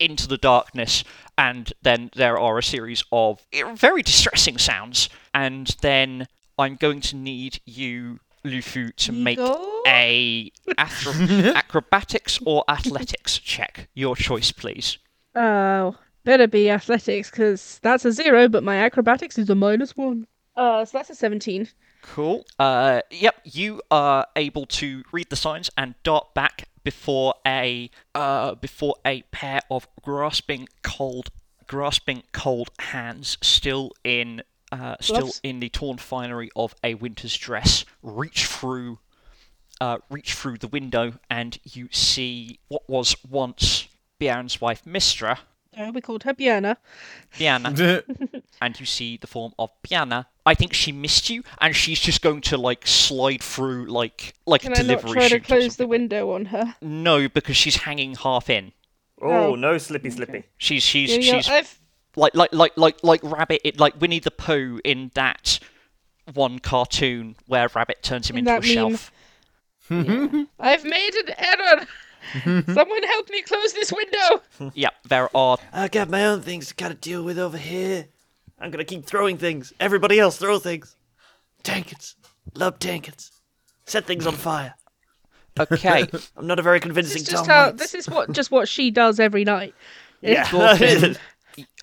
into the darkness. And then there are a series of very distressing sounds. And then I'm going to need you, Lufu, to make
Eagle?
a athro- acrobatics or athletics check. Your choice, please.
Oh, better be athletics, because that's a zero, but my acrobatics is a minus one. Uh, so that's a 17.
Cool. Uh, yep, you are able to read the signs and dart back before a uh, before a pair of grasping cold grasping cold hands still in uh, still
Gloves?
in the torn finery of a winter's dress reach through uh, reach through the window and you see what was once Bian's wife Mistra,
Uh, we called her Björna.
Biana, and you see the form of Biana. I think she missed you, and she's just going to like slide through like like
Can
a
I not
delivery
try to
chute or
close the
something.
window on her?
No, because she's hanging half in.
Oh,
Oh.
no, slippy, slippy.
She's she's
You know,
she's
I've,
like like like like like rabbit it like Winnie the Pooh in that one cartoon where rabbit turns him
In
into a
that meme.
shelf.
I've made an error. Someone help me close this window.
yep, there are
I got my own things to gotta deal with over here. I'm gonna keep throwing things. Everybody else throw things. Tankets. Love tankets. Set things on fire.
okay.
I'm not a very convincing
This is just how. This is what just what she does every night.
Yeah.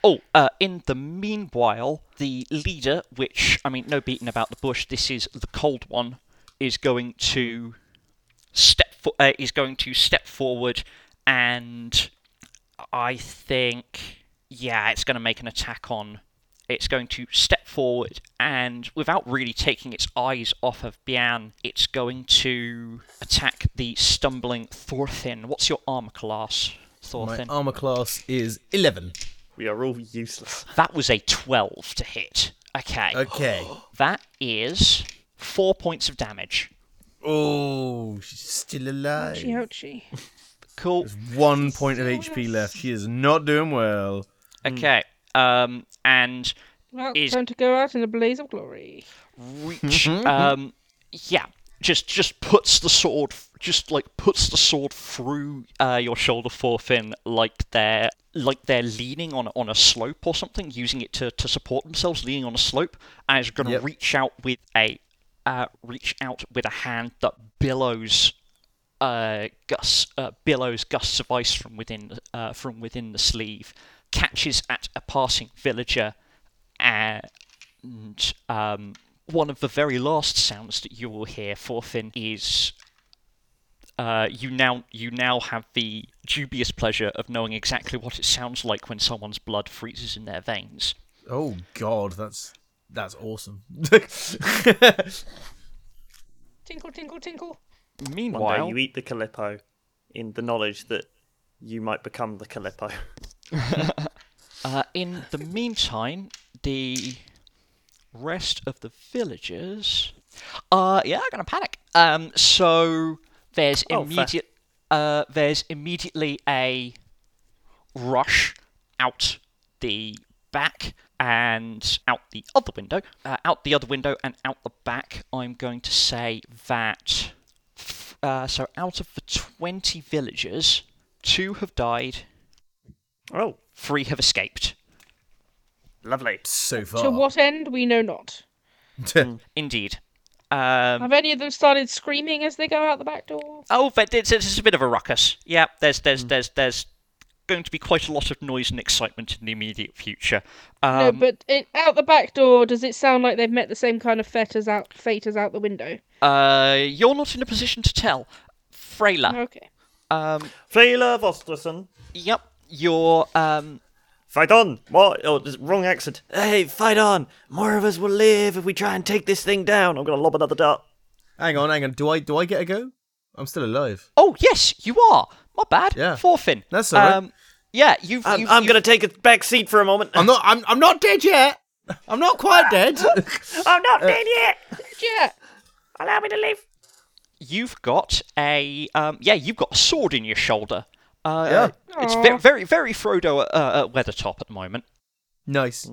Oh, uh, in the meanwhile, the leader, which, I mean, no beating about the bush, this is the cold one, is going to step fo- uh, is going to step forward and I think yeah, it's going to make an attack on it's going to step forward and without really taking its eyes off of Bian, it's going to attack the stumbling Thorfinn. What's your armor class,
My
Thorfinn?
armor class is 11.
we are all useless.
That was a 12 to hit. Okay.
Okay.
That is four points of damage.
Oh, she's still alive.
Ouchie, ouchie.
Cool.
One point of HP left. She is not doing well.
Okay. Um, and
Well,
Is-
time to go out in a blaze of glory.
reach. um, yeah. Just, just puts the sword, just like puts the sword through uh, your shoulder forefin, like they're like they're leaning on on a slope or something, using it to, to support themselves, leaning on a slope, and is going to
Yep.
reach out with a uh, reach out with a hand that billows uh, gusts, uh, billows gusts of ice from within the- uh, from within the sleeve, catches at a passing villager, and um, one of the very last sounds that you will hear, Forfin, is uh, you now you now have the dubious pleasure of knowing exactly what it sounds like when someone's blood freezes in their veins.
Oh god, that's that's awesome.
Tinkle, tinkle, tinkle.
One
Meanwhile,
day you eat the Calippo in the knowledge that you might become the Calippo.
Uh, in the meantime, the rest of the villagers are yeah, gonna panic. Um, so there's
Oh, fair.
immediate uh, there's immediately a rush out the back and out the other window, uh, out the other window and out the back. I'm going to say that uh, so out of the 20 villagers, two have died,
Oh,
three have escaped.
lovely.
so far.
To what end, we know not.
Indeed. Um,
Have any of them started screaming as they go out the back door?
oh, but it's, it's a bit of a ruckus. Yeah, there's
Hmm.
there's there's there's going to be quite a lot of noise and excitement in the immediate future.
no,
Hmm.
Um,
but it, out the back door, does it sound like they've met the same kind of fate as out, fate as out the window?
uh, you're not in a position to tell, Freyla.
Okay.
Um,
Freyla Vosterson.
yep, you're um,
Fight on! More. Oh, this wrong accent. Hey, fight on! More of us will live if we try and take this thing down. I'm gonna lob another dart.
hang on, hang on. Do I do I get a go? I'm still alive.
Oh yes, you are. My bad.
Yeah.
Forfin.
That's all right.
Um, yeah, you've.
I'm,
you've-
I'm
you've-
gonna take a back seat for a moment.
I'm not I'm I'm not dead yet. I'm not quite dead.
I'm
uh,
not dead yet.
Yeah.
Allow me to live.
you've got a um, yeah, you've got a sword in your shoulder. Uh,
Yeah.
It's
Aw.
very very, very Frodo at, uh, at Weathertop at the moment.
nice.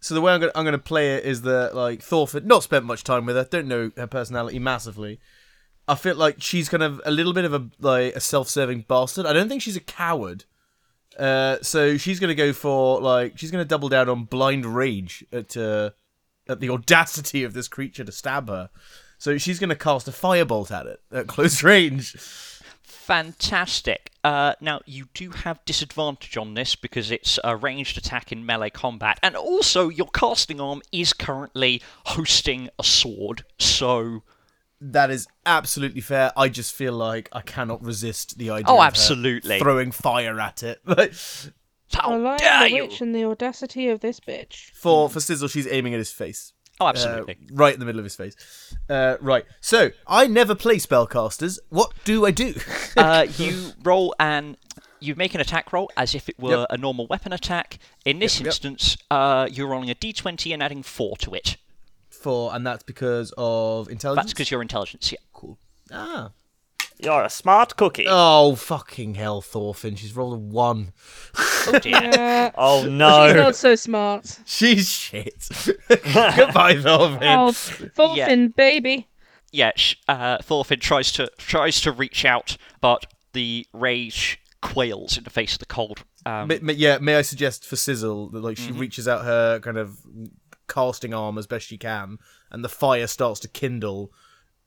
So the way I'm gonna I'm gonna play it is that like Thorfinn not spent much time with her, don't know her personality massively. I feel like she's kind of a little bit of a like a self-serving bastard. I don't think she's a coward. Uh, so she's gonna go for like she's gonna double down on blind rage at uh, at the audacity of this creature to stab her. So she's gonna cast a firebolt at it at close range.
Fantastic. Uh, now, you do have disadvantage on this because it's a ranged attack in melee combat, and also your casting arm is currently hosting a sword, so.
That is absolutely fair. I just feel like I cannot resist the idea.
Oh,
of her
absolutely.
throwing fire at it. Like,
How
I like
dare
the
you!
witch and the audacity of this bitch.
Mm.
for for Sizzle, she's aiming at his face.
Oh,
Uh,
absolutely.
right in the middle of his face. Uh, right. So I never play spellcasters. What do I do?
uh, you roll an you make an attack roll as if it were
Yep.
a normal weapon attack. In this
Yep, yep.
instance, Uh, you're rolling a d20 and adding four to it.
For and that's because of intelligence.
That's because your intelligence. Yeah.
cool. Ah.
You're a smart cookie. Oh,
Oh fucking hell, Thorfinn! She's rolled a one.
Oh dear.
Uh, she's
Oh, no.
not so smart.
She's shit. Goodbye, Thorfinn.
Oh, Thorfinn, baby.
yeah. Sh- uh, Thorfinn tries to tries to reach out, but the rage quails in the face of the cold. Um,
Ma- ma- yeah, may I suggest for Sizzle that like she
Mm-hmm.
reaches out her kind of casting arm as best she can, and the fire starts to kindle,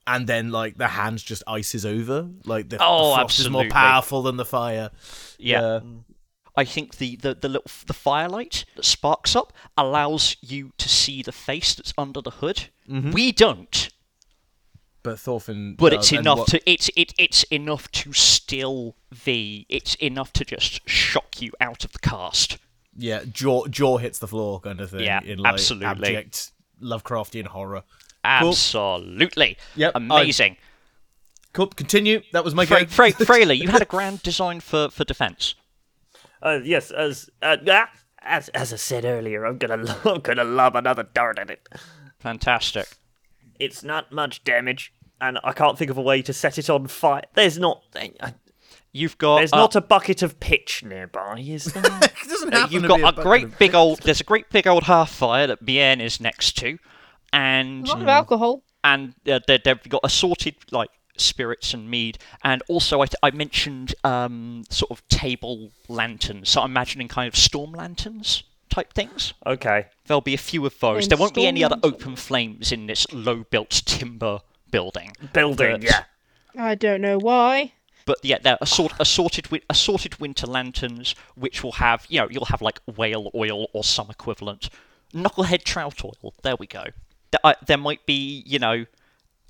and then like the hands just ices over, like the, the
Oh,
frost
absolutely.
is more powerful than the fire.
yeah.
Uh,
I think the, the, the little the firelight that sparks up allows you to see the face that's under the hood.
Mm-hmm.
We don't.
but Thorfinn.
but
does,
it's
and
enough
Uh, what-
to it's it it's enough to still the it's enough to just shock you out of the cast.
Yeah, jaw jaw hits the floor kind of thing.
Yeah,
in, like,
absolutely.
Abject Lovecraftian horror.
Absolutely,
Yep, I'm-
amazing.
Cool. Continue. That was my
Fra-
game.
Fra- Fraley, you had a grand design for for defense.
Uh, yes, as uh, ah, as as I said earlier, I'm gonna lo- I'm gonna lob another dart at it.
Fantastic.
It's not much damage, and I can't think of a way to set it on fire. There's not uh,
You've got
there's
uh,
not a bucket of pitch nearby, is there?
it doesn't happen.
uh, you've
to be
got a
bucket
great
of-
big old there's a great big old half fire that Bien is next to, and
A lot of alcohol.
and uh, they, they've got assorted like spirits and mead and also i, I mentioned um, sort of table lanterns so i'm imagining kind of storm lanterns type things
okay.
there'll be a few of those
And
there won't be
storm
any other
lantern.
open flames in this low built timber building
Building,
But-
yeah.
I don't know why.
but yeah they're assort, assorted wi- assorted winter lanterns which will have you know you'll have like whale oil or some equivalent knucklehead trout oil there we go there, I there might be you know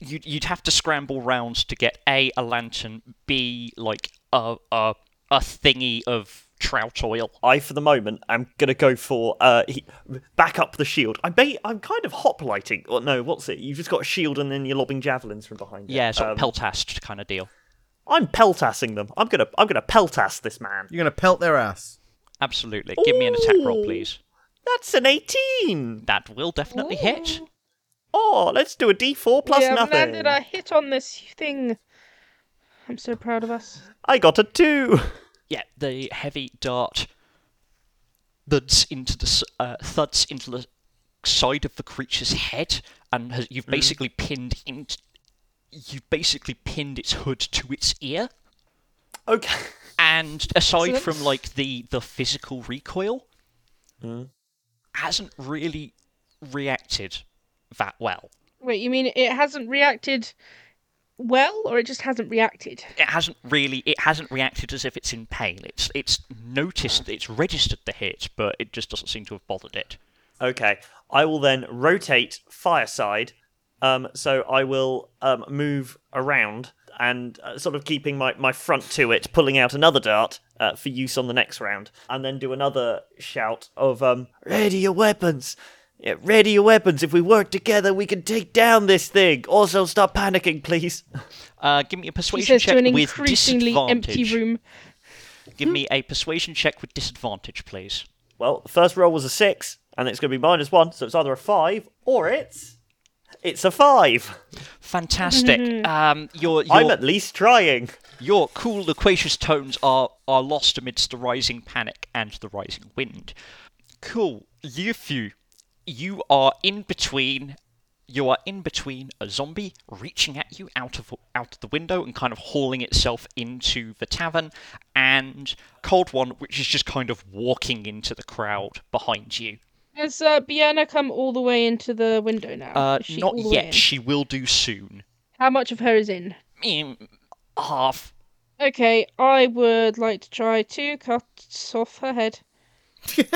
you'd, you'd have to scramble round to get a a lantern b like a a, a thingy of trout oil
I, for the moment, am gonna go for uh, he, back up the shield. I may, I'm kind of hoplighting. Or no, what's it? You've just got a shield and then you're lobbing javelins from behind. it.
yeah sort
Um,
of peltast kind of deal
I'm peltassing them. I'm gonna, I'm gonna peltass this man.
You're gonna pelt their ass.
absolutely give me an attack roll
Ooh.
please
That's an 18.
that will definitely hit
Oh, let's do a D4 plus
we have
nothing.
landed a hit on this thing. I'm so proud of us.
I got a two.
yeah, the heavy dart thuds into the s- uh, thuds into the side of the creature's head, and has, you've basically pinned in, you've basically pinned its hood to its ear.
Okay.
And aside
Excellent.
from like the the physical recoil, hasn't really reacted that well.
Wait, you mean it hasn't reacted well, or it just hasn't reacted?
It hasn't really it hasn't reacted as if it's in pain. It's it's noticed it's registered the hit, but it just doesn't seem to have bothered it.
Okay. I will then rotate fireside. Um, so I will um, move around and uh, sort of keeping my, my front to it, pulling out another dart uh, for use on the next round, and then do another shout of um, ready your weapons. Yeah, ready your weapons. If we work together, we can take down this thing. Also, stop panicking, please.
Uh, give me a
She
persuasion
says
check
to an
with
increasingly
disadvantage.
empty room.
Give me a persuasion check with disadvantage, please.
Well, the first roll was a six, and it's going to be minus one, so it's either a five or it's it's a five.
Fantastic. um, your
I'm
your,
at least trying.
your cool, loquacious tones are are lost amidst the rising panic and the rising wind. Cool, Yufu, you are in between. You are in between a zombie reaching at you out of out of the window and kind of hauling itself into the tavern, and Cold One, which is just kind of walking into the crowd behind you.
Has uh, Bianna come all the way into the window now?
Uh,
Is she
not
all the way
yet.
in?
She will do soon.
How much of her is in?
Mm, half.
Okay, I would like to try to cut off her head.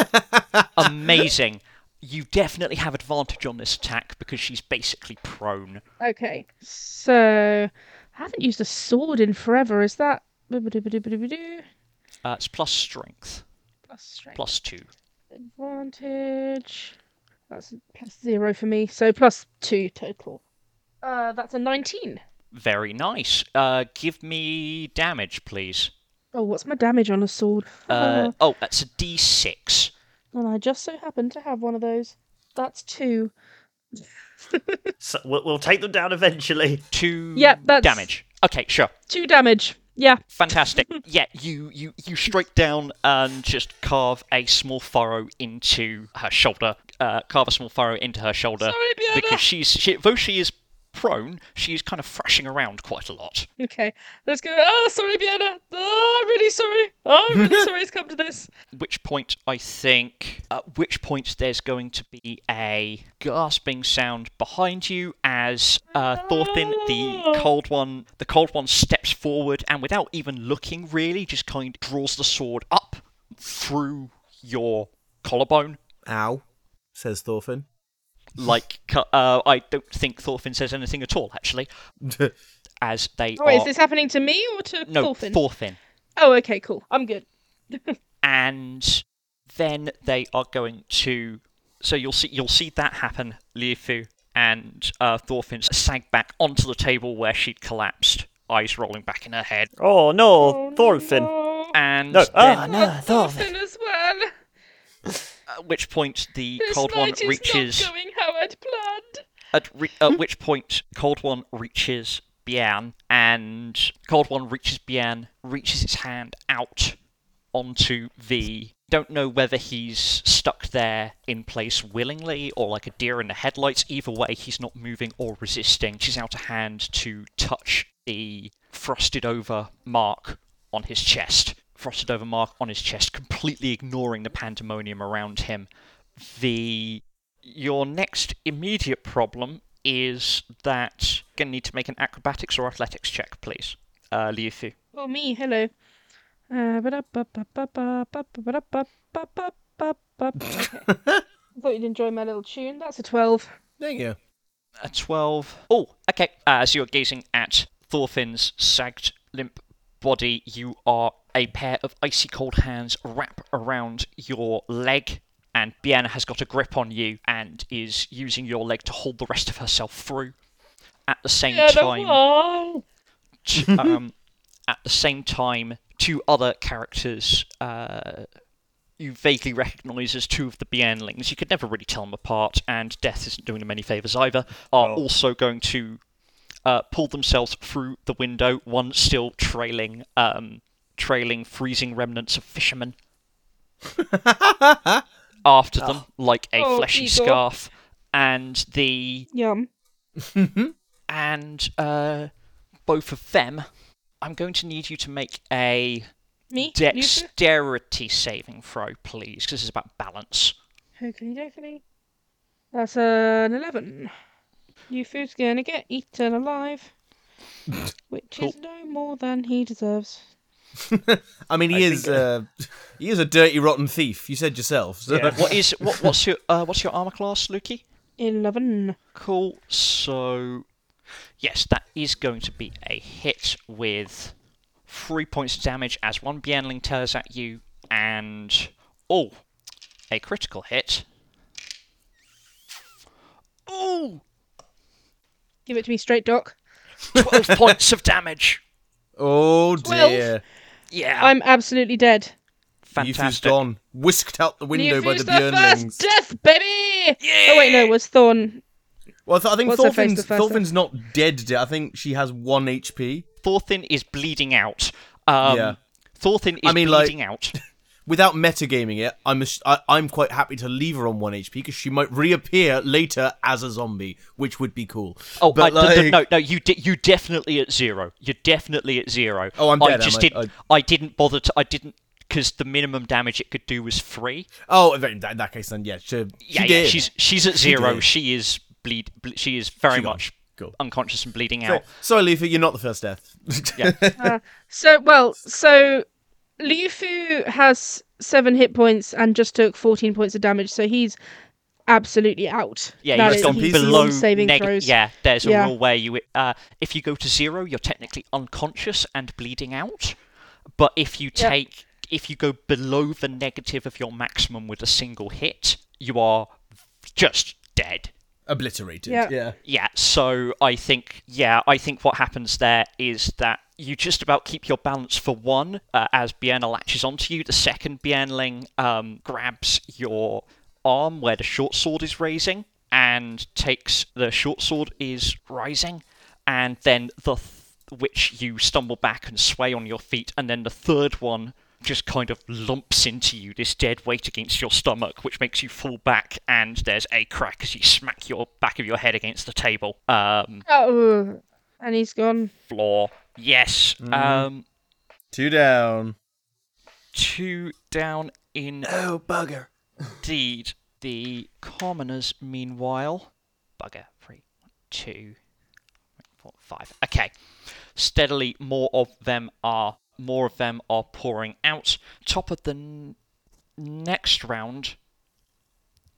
Amazing. You definitely have advantage on this attack because she's basically prone.
Okay, so I haven't used a sword in forever. Is that Boo-ba-doo-ba-doo-ba-doo-ba-doo.
Uh, it's plus strength,
plus strength
plus two.
advantage? That's plus zero for me, so plus two total. Uh, that's a nineteen.
Very nice. Uh, give me damage, please.
Oh, what's my damage on a sword? Uh-huh.
Uh, oh, that's a d6.
and I just so happen to have one of those. That's two.
So we'll, we'll take them down eventually.
Two
Yeah, that's-
damage. Okay, sure.
Two damage. Yeah.
Fantastic. yeah, you, you, you strike down and just carve a small furrow into her shoulder. Uh, carve a small furrow into her shoulder.
Sorry, Bjorn.
Because she's, she, though she is prone, she's kind of thrashing around quite a lot.
Okay. Let's go. Oh, sorry, Bianna. Oh, I'm really sorry. Oh, I'm really sorry it's come to this.
which point I think at which point there's going to be a gasping sound behind you as uh, Thorfinn, the cold one, the cold one steps forward and without even looking really, just kind of draws the sword up through your collarbone.
Ow, says Thorfinn.
Like cu- uh, I don't think Thorfinn says anything at all actually, as they
Oh, wait,
are
is this happening to me or to
no
Thorfinn?
Thorfinn.
Oh, okay, cool. I'm good.
and then they are going to. So you'll see you'll see that happen. Liufu and uh, Thorfinn sag back onto the table where she'd collapsed, eyes rolling back in her head.
Oh no, Thorfinn.
Oh,
And
No,
then,
ah,
no, Oh, Thorfinn as well.
at which point the
This
cold one
night is
reaches.
not going how I'd planned.
At, re- at which point cold one reaches Bian, and cold one reaches Bian, reaches its hand out onto the. Don't know whether he's stuck there in place willingly or like a deer in the headlights. Either way, he's not moving or resisting. She's out a hand to touch the frosted over mark on his chest. Frosted over mark on his chest, completely ignoring the pandemonium around him. The your next immediate problem is that you're gonna need to make an acrobatics or athletics check, please. Uh, Liufu.
Oh, me. Hello. Uh, ba-da-ba-ba-ba-ba-ba-ba-ba-ba-ba-ba-ba. Okay. I thought you'd enjoy my little tune. That's a 12.
There you go.
A 12. Oh, okay. Uh, as you're gazing at Thorfinn's sagged, limp body, you are a pair of icy cold hands wrap around your leg, and Bianna has got a grip on you and is using your leg to hold the rest of herself through. At the same
Yeah, no,
time,
why?
t- um, at the same time, two other characters uh, you vaguely recognise as two of the Bianlings. You could never really tell them apart, and Death isn't doing them any favours either. Are
Oh.
also going to uh, pull themselves through the window. One still trailing, um, trailing freezing remnants of fishermen after them, like a
Oh,
fleshy
Igor.
scarf. And the
Yum.
and uh, both of them, I'm going to need you to make a
Me? Lucy?
dexterity saving throw, please, 'cause this is about balance.
Hokely dokely. That's an 11. New food's going to get eaten alive. Which is no more than he deserves.
I mean, he is uh, he is a dirty, rotten thief. You said yourself. So.
Yeah.
What is what? What's your uh, what's your armor class, Lukey?
11.
Cool. So, yes, that is going to be a hit with three points of damage as one Bianling tears at you, and oh, a critical hit. Oh,
Give it to me straight, Doc.
12 points of damage.
Oh dear.
Yeah,
I'm absolutely dead.
Yufu's
fantastic.
gone, whisked out the window by the
Lucy's the first
Björnlings.
death, baby! Oh, wait, no, it was Thorn.
Well, I, th- I think
What's her face,
Thorfinn's,
the first one?
Thorfinn's not dead. dead. I think she has one HP.
Thorfinn is bleeding out. Um,
Yeah.
Thorfinn is
I mean, like-
bleeding out.
Without metagaming it, I'm a, I, am i am quite happy to leave her on one HP because she might reappear later as a zombie, which would be cool.
Oh,
but
I- d- d-
like,
no, no, you di- you definitely at zero. You're definitely at zero.
Oh, I'm
I
dead, am
just
I?
didn't. I... didn't bother to. I didn't because the minimum damage it could do was three.
Oh, then in that, in that case, then yeah, she, she
Yeah, yeah.
did.
She's she's at zero.
did.
She, is bleed. ble- She is very
gone.
much
Cool.
unconscious and bleeding
So,
out.
sorry, Leafa, you're not the first death.
So well, so Liufu has seven hit points and just took fourteen points of damage, so he's absolutely out.
Yeah,
That
you've
is-
gone
he's
below
on saving
neg-
throws.
Yeah, there's a
Yeah.
rule where you uh, if you go to zero, you're technically unconscious and bleeding out. But if you
Yeah.
take if you go below the negative of your maximum with a single hit, you are just dead.
Obliterated.
Yeah.
Yeah, so I think yeah, I think what happens there is that you just about keep your balance for one uh, as Bienna latches onto you. The second Bienling um, grabs your arm where the short sword is raising and takes the short sword is rising, and then the th- which you stumble back and sway on your feet, and then the third one just kind of lumps into you, this dead weight against your stomach, which makes you fall back, and there's a crack as you smack your back of your head against the table. Um,
Oh, and he's gone.
floor. Yes. Um,
Two down.
two down in
Oh, bugger.
Indeed. The commoners, meanwhile, bugger, three, one, two, four, five. Okay. Steadily, more of them are more of them are pouring out. Top of the n- next round.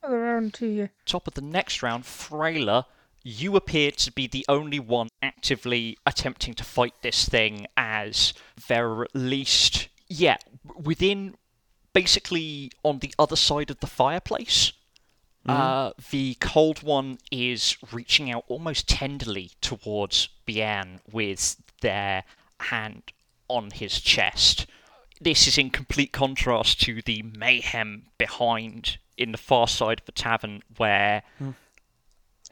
Other round to you.
Top of the next round, Frailer, you appear to be the only one actively attempting to fight this thing, as there are at least yeah within basically on the other side of the fireplace. Uh, the cold one is reaching out almost tenderly towards Bian with their hand on his chest. This is in complete contrast to the mayhem behind in the far side of the tavern where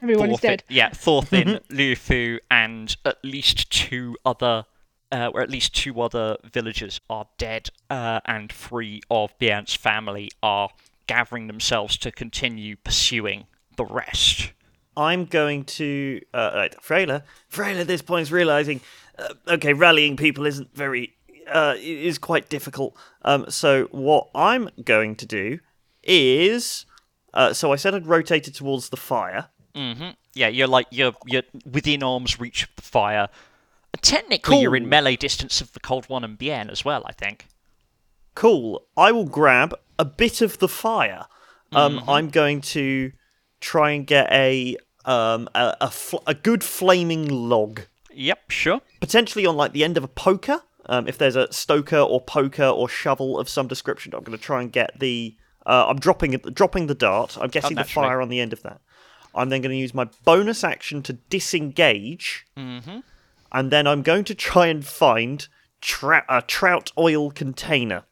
Everyone is
Thorfinn-
dead.
Yeah, Thorfinn, Lufu, and at least two other, uh, or at least two other villagers are dead, uh, and three of Bian's family are gathering themselves to continue pursuing the rest.
I'm going to uh, right, Freyla. Freyla, at this point, is realizing, uh, okay, rallying people isn't very uh, i- is quite difficult. Um, so what I'm going to do is, uh, so I said I'd rotated towards the fire.
Mm-hmm. Yeah, you're like you're you're within arm's reach of the fire. Technically, you're in
Cool.
melee distance of the cold one and Bien as well. I think.
Cool. I will grab a bit of the fire. Um, I'm going to try and get a um a a, fl- a good flaming log.
Yep. Sure.
potentially on like the end of a poker. Um, if there's a stoker or poker or shovel of some description, I'm going to try and get the. Uh, I'm dropping it- dropping the dart. I'm guessing the
naturally.
fire on the end of that. I'm then going to use my bonus action to disengage, and then I'm going to try and find tra- a trout oil container.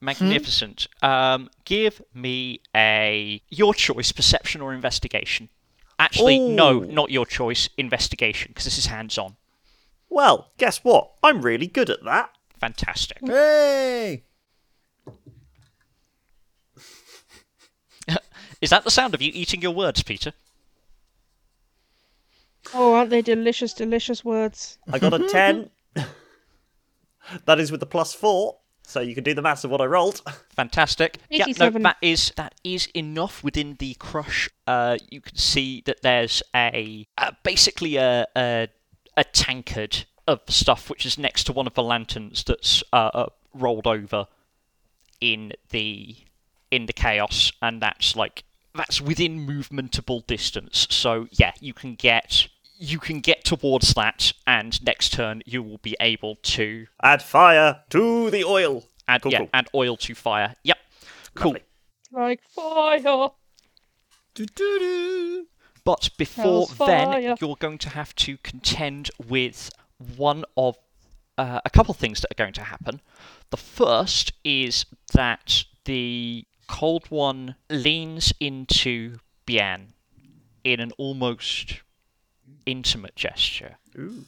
Magnificent. Um, give me a your choice, perception or investigation. Actually, no,
Ooh.
not your choice, investigation, because this is hands-on.
Well, guess what? I'm really good at that.
Fantastic.
Hey!
Is that the sound of you eating your words, Peter?
Oh, aren't they delicious, delicious words?
I got a ten. that is with the plus four, so you can do the maths of what I rolled.
Fantastic. Yeah, no,
87.
that is that is enough within the crush. Uh, you can see that there's a uh, basically a, a a tankard of stuff which is next to one of the lanterns that's uh, uh, rolled over in the in the chaos, and that's like that's within movementable distance. So yeah, you can get you can get towards that, and next turn you will be able to
Add fire to the oil.
add
Cool,
yeah,
cool.
add oil to fire. Yep. Cool.
Lovely.
Like fire.
Do-do-do.
But before
Hell's
then,
fire.
you're going to have to contend with one of uh, a couple things that are going to happen. The first is that the cold one leans into Bian in an almost intimate gesture,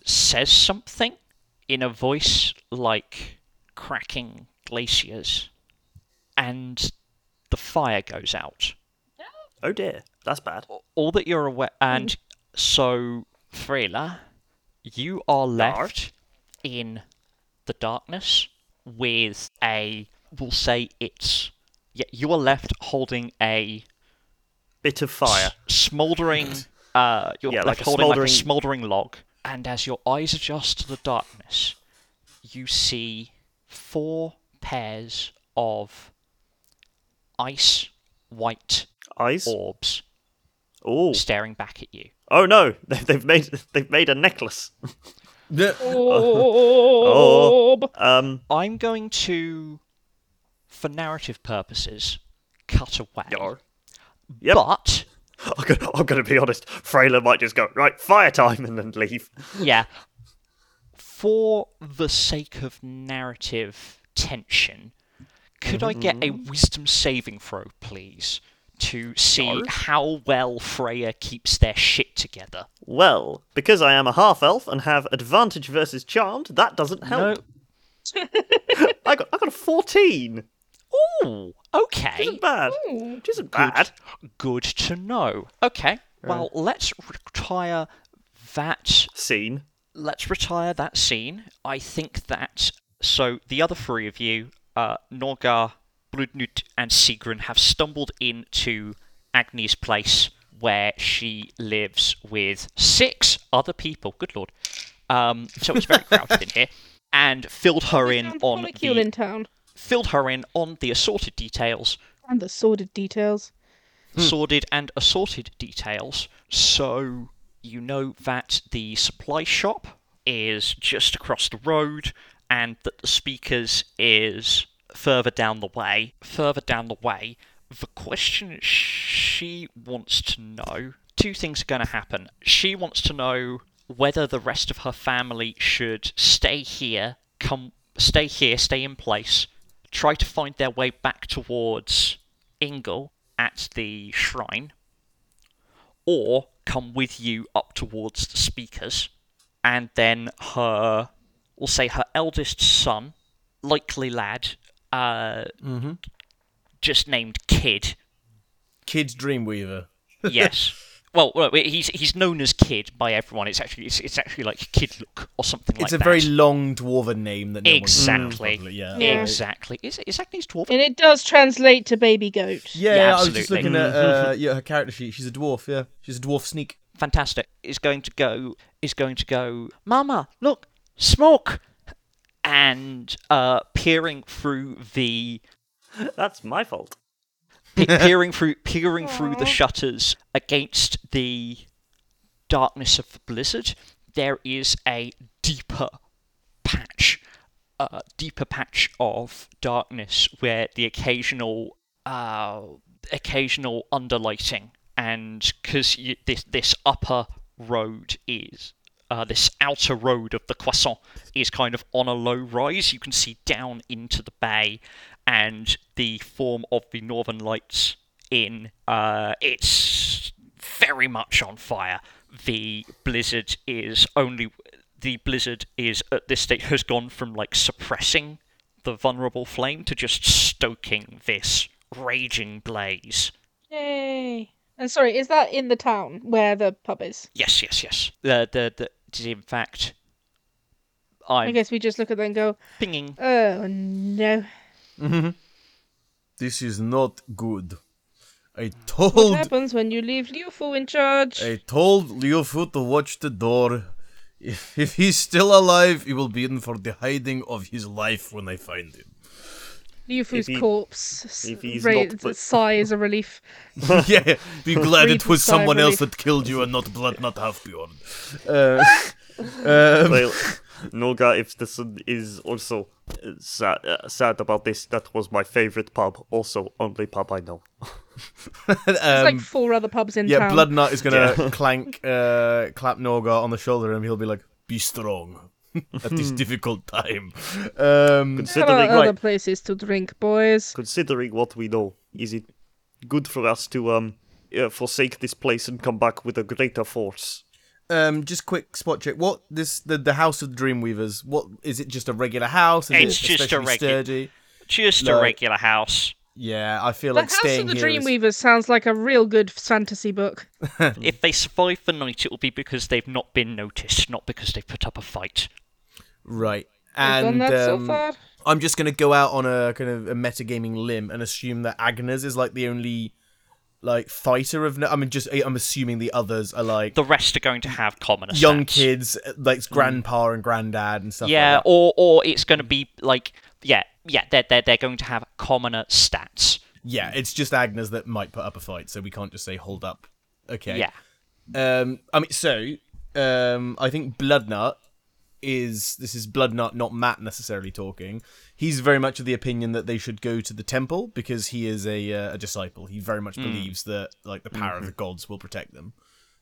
says something in a voice like cracking glaciers, and the fire goes out
Oh dear, that's bad.
all that you're aware,
Mm-hmm.
and so Frela, you are left in the darkness with a. We'll say it's. Yeah, you are left holding a
Bit of fire.
s- smouldering Uh, you're
Oh, Yeah,
left
like a
holding like a
smouldering-
smouldering log, and as your eyes adjust to the darkness, you see four pairs of ice white
Eyes.
orbs
Oh,
staring back at you.
oh no! They've, they've made they've made a necklace.
Oh.
The-
Orb.
Um,
I'm going to, for narrative purposes, cut away.
Yep.
But
I'm gonna, I'm gonna be honest. Freyler might just go right fire time and then leave.
yeah, for the sake of narrative tension, could I get a
Mm-hmm.
wisdom saving throw, please, to see how well Freya keeps their shit together?
Well, because I am a half elf and have advantage versus charmed, that doesn't help. I got I got a fourteen.
No. Ooh. Okay.
Isn't bad. Which isn't bad.
Good to know. Okay. Well, let's retire that
Scene.
let's retire that scene. I think that so the other three of you, uh, Norgar, Bludnut, and Sigrun, have stumbled into Agni's place where she lives with six other people. Good lord! Um, so it's very crowded in here, and filled her in
Found
on
Polycule in
the,
town.
filled her in on the assorted details
And the sordid details.
sordid and assorted details. So you know that the supply shop is just across the road and that the speakers is further down the way. Further down the way, the question she wants to know two things are going to happen. She wants to know whether the rest of her family should stay here, come stay here, stay in place, try to find their way back towards Ingle at the shrine, or come with you up towards the speakers, and then her, we'll say her eldest son, likely lad, uh,
Mm-hmm.
just named Kid.
Kids Dreamweaver.
Yes. well, well, he's he's known as Kid by everyone. It's actually it's, it's actually like Kidlook or something like
It's
that.
a very long dwarven name that no One
exactly
can pronounce, yeah.
exactly. Is it is Agnes dwarf?
And it does translate to baby goat.
Yeah,
Yeah,
I was just
absolutely.
looking at uh, yeah, her character sheet. She's a dwarf. Yeah, she's a dwarf sneak.
fantastic is going to go is going to go mama look smoke and uh peering through the
That's my fault.
pe- peering through peering through the shutters against the darkness of the blizzard there is a deeper patch a deeper patch of darkness where the occasional uh occasional underlighting and because this this upper road is uh, this outer road of the Croissant is kind of on a low rise. You can see down into the bay and the form of the Northern Lights in. Uh, it's very much on fire. The blizzard is only. The blizzard is at this stage has gone from like suppressing the vulnerable flame to just stoking this raging blaze.
Yay. And sorry, is that in the town where the pub is?
Yes, yes, yes. The the, the it is in fact. I'm
I guess we just look at that and go,
pinging.
oh no.
This is not good. I
What
told
happens when you leave Liufu in charge?
I told Leofu to watch the door. If, if he's still alive, he will be in for the hiding of his life when I find him.
Liufu's
he-
corpse. s-
if he's
ra-
not
it's a
put-
sigh is a relief.
yeah, be glad
Breathe
it was
a sigh of
someone else
relief.
that killed you and not Blood Not Halfbjorn.
Well, Norga, if the sun is also uh, sad, uh, sad about this, that was my favorite pub. Also, only pub I know.
There's like four other pubs in
Um, Yeah,
town.
Blood Nut is gonna clank, uh, clap Norgar on the shoulder, and he'll be like, "Be strong." At this difficult time, Hmm. um,
There are
Considering,
other
right,
places to drink, boys.
considering what we know, is it good for us to um uh, forsake this place and come back with a greater force?
um, just quick spot check. What this the, the House of Dreamweavers? What is it? Just a regular house? Is
It's
it
just a
especially
regu-
sturdy?
Just
No.
a regular house.
Yeah, I feel
The
like
House
staying
of the
here is-
Dreamweavers sounds like a real good fantasy book.
If they survive the night, it will be because they've not been noticed, not because they've put up a fight.
right.
I've
And
done that so
um,
far.
I'm just gonna go out on a kind of a metagaming limb and assume that Agnes is like the only like fighter of no I mean just I'm assuming the others are like
The rest are going to have common assets.
young kids uh, like grandpa and granddad and stuff
Mm. Yeah,
like that.
or or it's going to be like yeah, yeah, they're they're they're going to have commoner stats.
Yeah, it's just Agnes that might put up a fight, so we can't just say hold up. Okay.
Yeah.
Um, I mean, so um, I think Bloodnut is this is Bloodnut, not Matt necessarily talking. He's very much of the opinion that they should go to the temple because he is a uh, a disciple. He very
Mm.
much believes that like the power
Mm-hmm.
of the gods will protect them.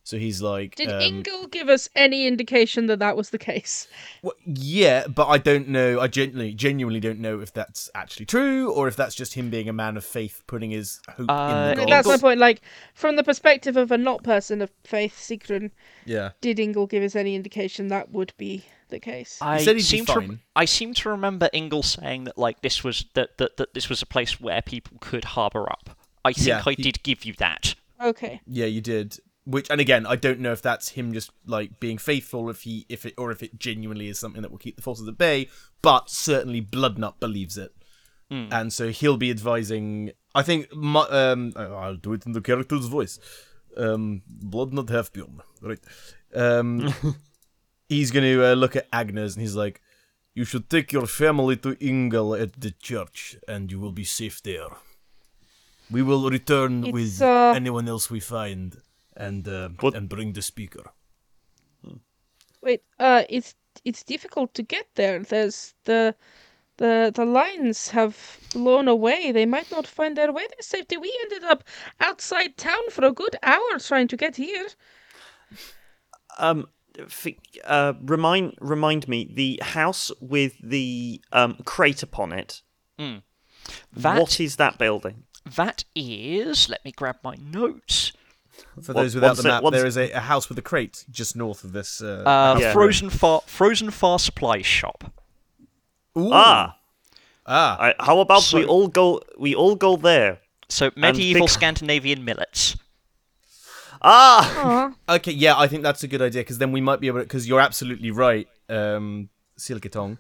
So he's like,
Did
um,
Ingle give us any indication that that was the case?
well, yeah, but I don't know. I genuinely, genuinely don't know if that's actually true or if that's just him being a man of faith, putting his hope
Uh,
in the
Ingle-
gods.
That's my point. Like, from the perspective of a not person of faith, Sigrun,
yeah,
did Ingle give us any indication that would be the case?
I
said he'd be
seem to rem-
fine.
I seem to remember Ingle saying that like this was that that, that this was a place where people could harbor up. I think
Yeah,
I
he-
did give you that.
Okay.
yeah, you did. Which, and again, I don't know if that's him just like being faithful, if he, if it, or if it genuinely is something that will keep the forces at bay. But certainly, Bloodnut believes it, and so he'll be advising. I think, my, um, I- I'll do it in the character's voice. Um, Bloodnut Halfbjorn, right? Um, he's going to uh, look at Agnes, and he's like, "You should take your family to Ingel at the church, and you will be safe there." We will return
It's,
with
uh,
anyone else we find and uh,
But-
and bring the speaker.
Wait. Uh, it's it's difficult to get there. There's the the the lines have blown away. They might not find their way to safety. We ended up outside town for a good hour trying to get here.
Um, f- uh, remind remind me the house with the um crate upon it.
That
What is that building?
that is. Let me grab my notes.
For
One-
those without
one
the
sec-
map,
one
there
sec-
is a, a house with a crate just north of this. Uh,
Uh,
house.
Yeah.
Frozen far frozen far supply shop.
Ooh.
Ah,
ah,
I, how about we
So-
all go? We all go there.
So medieval
big-
Scandinavian millets.
Ah,
Aw.
okay, yeah, I think that's a good idea because then we might be able to. Because you're absolutely right, um, Silketong.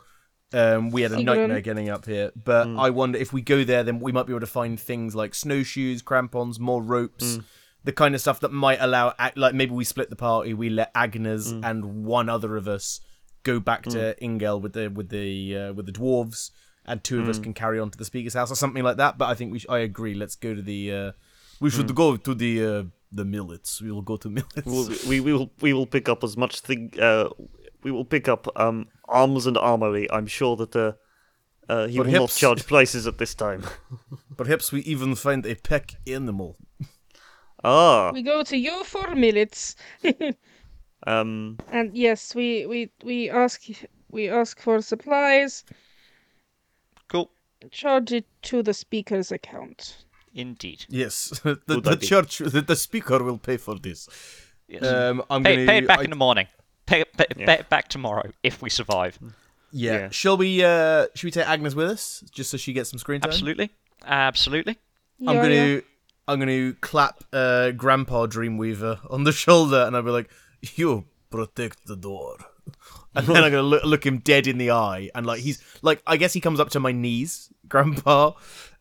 Um, we had a
Sigrun.
nightmare getting up here, but
Mm.
I wonder if we go there, then we might be able to find things like snowshoes, crampons, more ropes,
Mm.
the kind of stuff that might allow. Ag- Like maybe we split the party, we let Agnes
Mm.
and one other of us go back to Ingel with the with the uh, with the dwarves, and two of
Mm.
us can carry on to the speaker's house or something like that. But I think we sh- I agree. Let's go to the. Uh, we
Mm.
should go to the uh, the millets. We will go to millets.
we, we, we will we will pick up as much thing. Uh, we will pick up um arms and armory. I'm sure that uh, uh he
But
will not
hips-
charge places at this time.
Perhaps we even find a pack animal.
ah,
we go to your four minutes.
um,
And yes, we we we ask we ask for supplies.
Cool.
Charge it to the speaker's account.
Indeed.
Yes, the,
Would
the
that be-
church, the, the speaker will pay for this.
Yes.
Mm.
Um, I'm
pay,
gonna
pay it back
I-
in the morning. Pay, it- pay,
Yeah.
pay it back tomorrow if we survive.
yeah.
Yeah.
Shall we? Uh, should we take Agnes with us just so she gets some screen time?
Absolutely. Absolutely.
I'm
Yeah,
gonna,
yeah.
I'm gonna clap uh, Grandpa Dreamweaver on the shoulder, and I'll be like, "You protect the door." And then I'm gonna look, look him dead in the eye, and like he's like, I guess he comes up to my knees, Grandpa.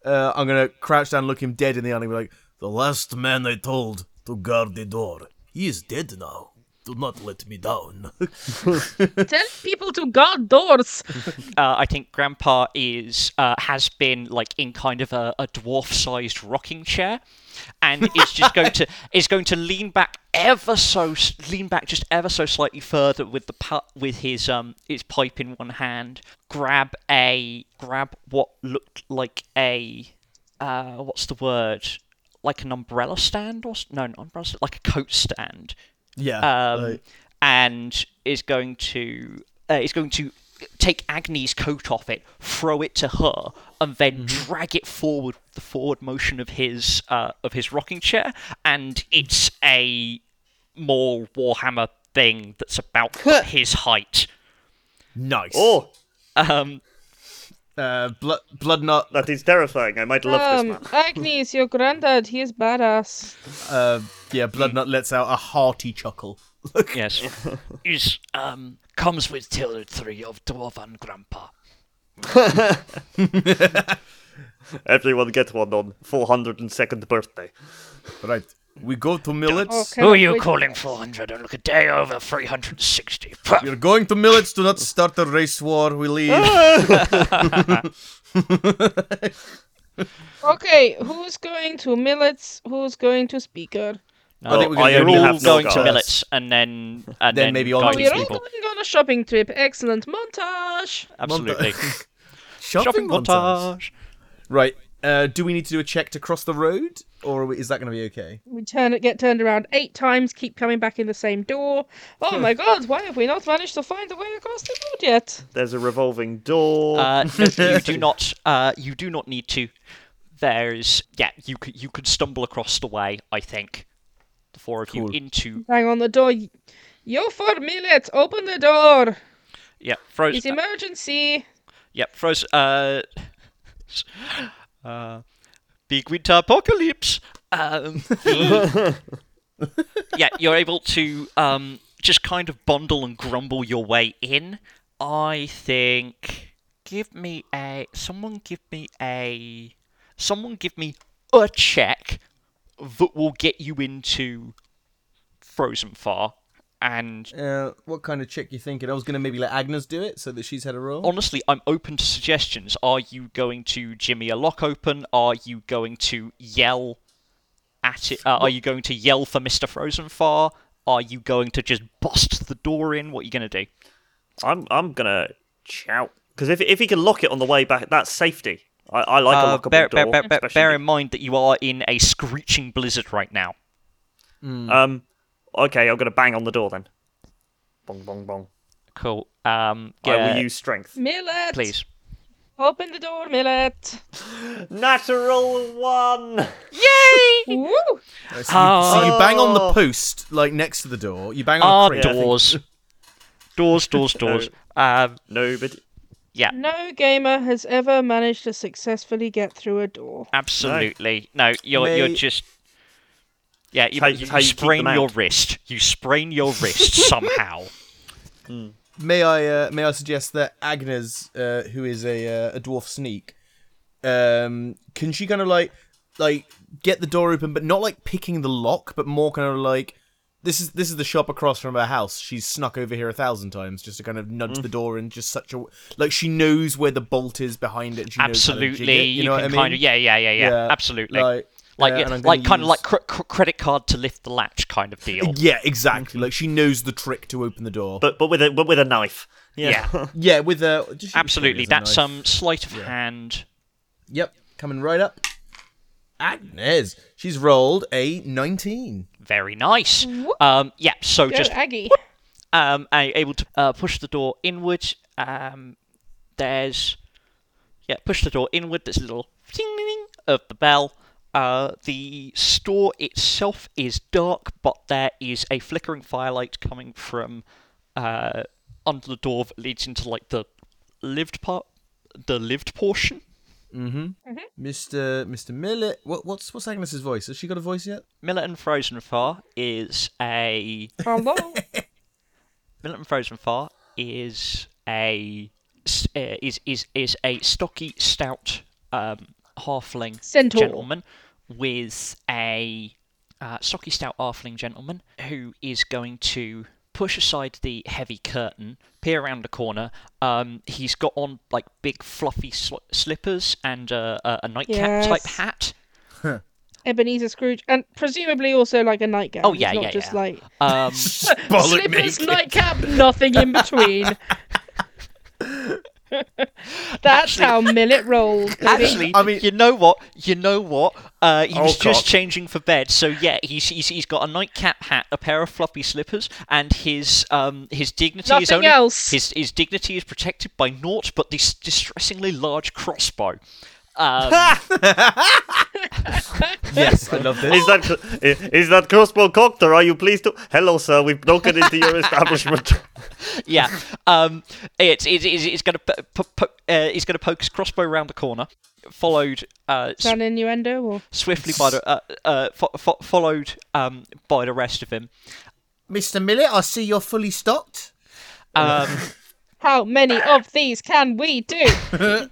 Uh, I'm gonna crouch down, look him dead in the eye, and be like, "The last man I told to guard the door, he is dead now. Do not let me down."
Tell people to guard doors.
Uh, I think Grandpa is uh, has been like in kind of a, a dwarf-sized rocking chair, and is just going to is going to lean back ever so s- lean back just ever so slightly further with the pu- with his um his pipe in one hand, grab a grab what looked like a uh what's the word like an umbrella stand or s- no not umbrella stand, like a coat stand
yeah,
um,
like-
and is going to uh, is going to take Agni's coat off it, throw it to her, and then drag it forward with the forward motion of his uh, of his rocking chair, and it's a more Warhammer thing that's about his height.
nice.
oh,
Um,
uh, blood, blood nut.
that is terrifying. I might love this
Um,
man.
Agnes, your granddad, he is badass.
Uh, yeah, blood nut lets out a hearty chuckle.
yes, is um comes with territory of dwarven grandpa.
Everyone get one on 402nd birthday.
Right. We go to Millets.
Okay,
Who are you
wait.
calling 400? I look a day over 360.
We're going to Millets. Do not start a race war. We leave.
Okay, who's going to millets? Who's going to speaker?
I think we're gonna
I
do
We're
only
Millets.
all
have
going to
Nogars.
Millets and then and
Then
then,
maybe all
guiding
Oh,
we're all
people.
going on a shopping trip. Excellent montage.
Absolutely.
Shopping montage. Right. Uh, do we need to do a check to cross the road, or are we- is that going to be okay?
We turn get turned around eight times. Keep coming back in the same door. Oh my
Hmm.
God! Why have we not managed to find the way across the road yet?
There's a revolving door.
Uh, no, you do not. Uh, you do not need to. There's yeah. You could you could stumble across the way. I think the four of
Cool.
you into
Bang on the door. Yo for millet, open the door.
yeah. Froze.
It's emergency.
yeah. Froze. Uh, uh, big winter apocalypse. Um, yeah, you're able to um, just kind of bundle and grumble your way in. I think. Give me a. Someone give me a. Someone give me a check that will get you into Frozen Far. And
Uh, what kind of check you thinking? I was going to maybe let Agnes do it so that she's had a roll.
honestly, I'm open to suggestions. Are you going to Jimmy a lock open? Are you going to yell at it? Uh, are you going to yell for Mr. Frozenfar? Are you going to just bust the door in? What are you going to do?
I'm I'm gonna shout because if if he can lock it on the way back, that's safety. I, I like a
Uh,
lockable
bear,
door.
bear, bear, bear,
especially-
bear in mind that you are in a screeching blizzard right now.
um, okay, I'm gonna bang on the door then. Bong bong bong.
Cool. Um,
I
yeah,
will use strength.
Millet,
please.
open the door, millet.
Natural one.
Yay!
Woo!
Uh, so, you, so you bang on the
Oh.
post, like next to the door. You bang on
Ah,
the crate.
doors. doors, doors, doors. Um,
Nobody.
yeah,
No gamer has ever managed to successfully get through a door.
absolutely. No, you're you're
May-
just. Yeah, you,
How-
you,
how you keep
sprain
them
your
out.
wrist. You sprain your wrist somehow.
May I uh, may I suggest that Agnes, uh, who is a uh, a dwarf sneak, um, can she kind of like like get the door open, but not like picking the lock, but more kind of like this is this is the shop across from her house. She's snuck over here a thousand times just to kind of nudge the
Mm.
door in just such a like she knows where the bolt is behind it. and She knows how to jig
Absolutely.
it, you know what I
can
mean?
kind of yeah, yeah, yeah, yeah. absolutely.
Like,
like
uh,
yeah,
and I'm gonna
like kind of
use-
like cr- cr- credit card to lift the latch kind of deal.
yeah,
Mm-hmm.
exactly. Like she knows the trick to open the door.
But but with a but with a knife.
yeah.
yeah, with uh, does she- she
Absolutely.
has a
That's
knife.
um sleight of hand.
Yep, coming right up. Agnes, she's rolled a 19.
Very nice. Um, yeah. So
Go,
just
Aggie.
um, a- able to uh, push the door inward. Um, there's yeah, push the door inward. There's a little ding ding, ding of the bell. Uh, the store itself is dark, but there is a flickering firelight coming from uh, under the door that leads into like the lived part, the lived portion.
Mr. Mr. Millet, what, what's what's Agnes's voice? Has she got a voice yet?
Millet and Frozen Far is a
Hello.
Millet and Frozen Far is a s- uh, is is is a stocky, stout um, halfling
Centaur.
gentleman with a uh, stocky, stout halfling gentleman who is going to push aside the heavy curtain, peer around the corner. Um, he's got on like big, fluffy sl- slippers and uh, a, a nightcap type
Yes.
hat.
Ebenezer Scrooge, and presumably also like a nightgown.
Oh, yeah,
It's not
yeah,
just
yeah.
like
Um,
slippers, nightcap, nothing in between. That's how Millet rolled. baby.
Actually,
I mean-
you know what? You know what? Uh, he was just
God.
changing for bed, so yeah, he's, he's he's got a nightcap hat, a pair of floppy slippers, and his um his dignity is
Nothing
only
else.
his his dignity is protected by naught but this distressingly large crossbow. Um,
Yes, I love this.
Is that is, is that crossbow cocked or are you pleased to? Hello, sir. We've broken into your establishment.
yeah, um, it's it's, it's, it's gonna po- po- po- uh, he's gonna poke his crossbow around the corner, followed uh,
Is that an innuendo or
swiftly by the uh, uh, fo- fo- followed um by the rest of him.
Mr. Millet, I see you're fully stocked.
Um,
how many of these can we do?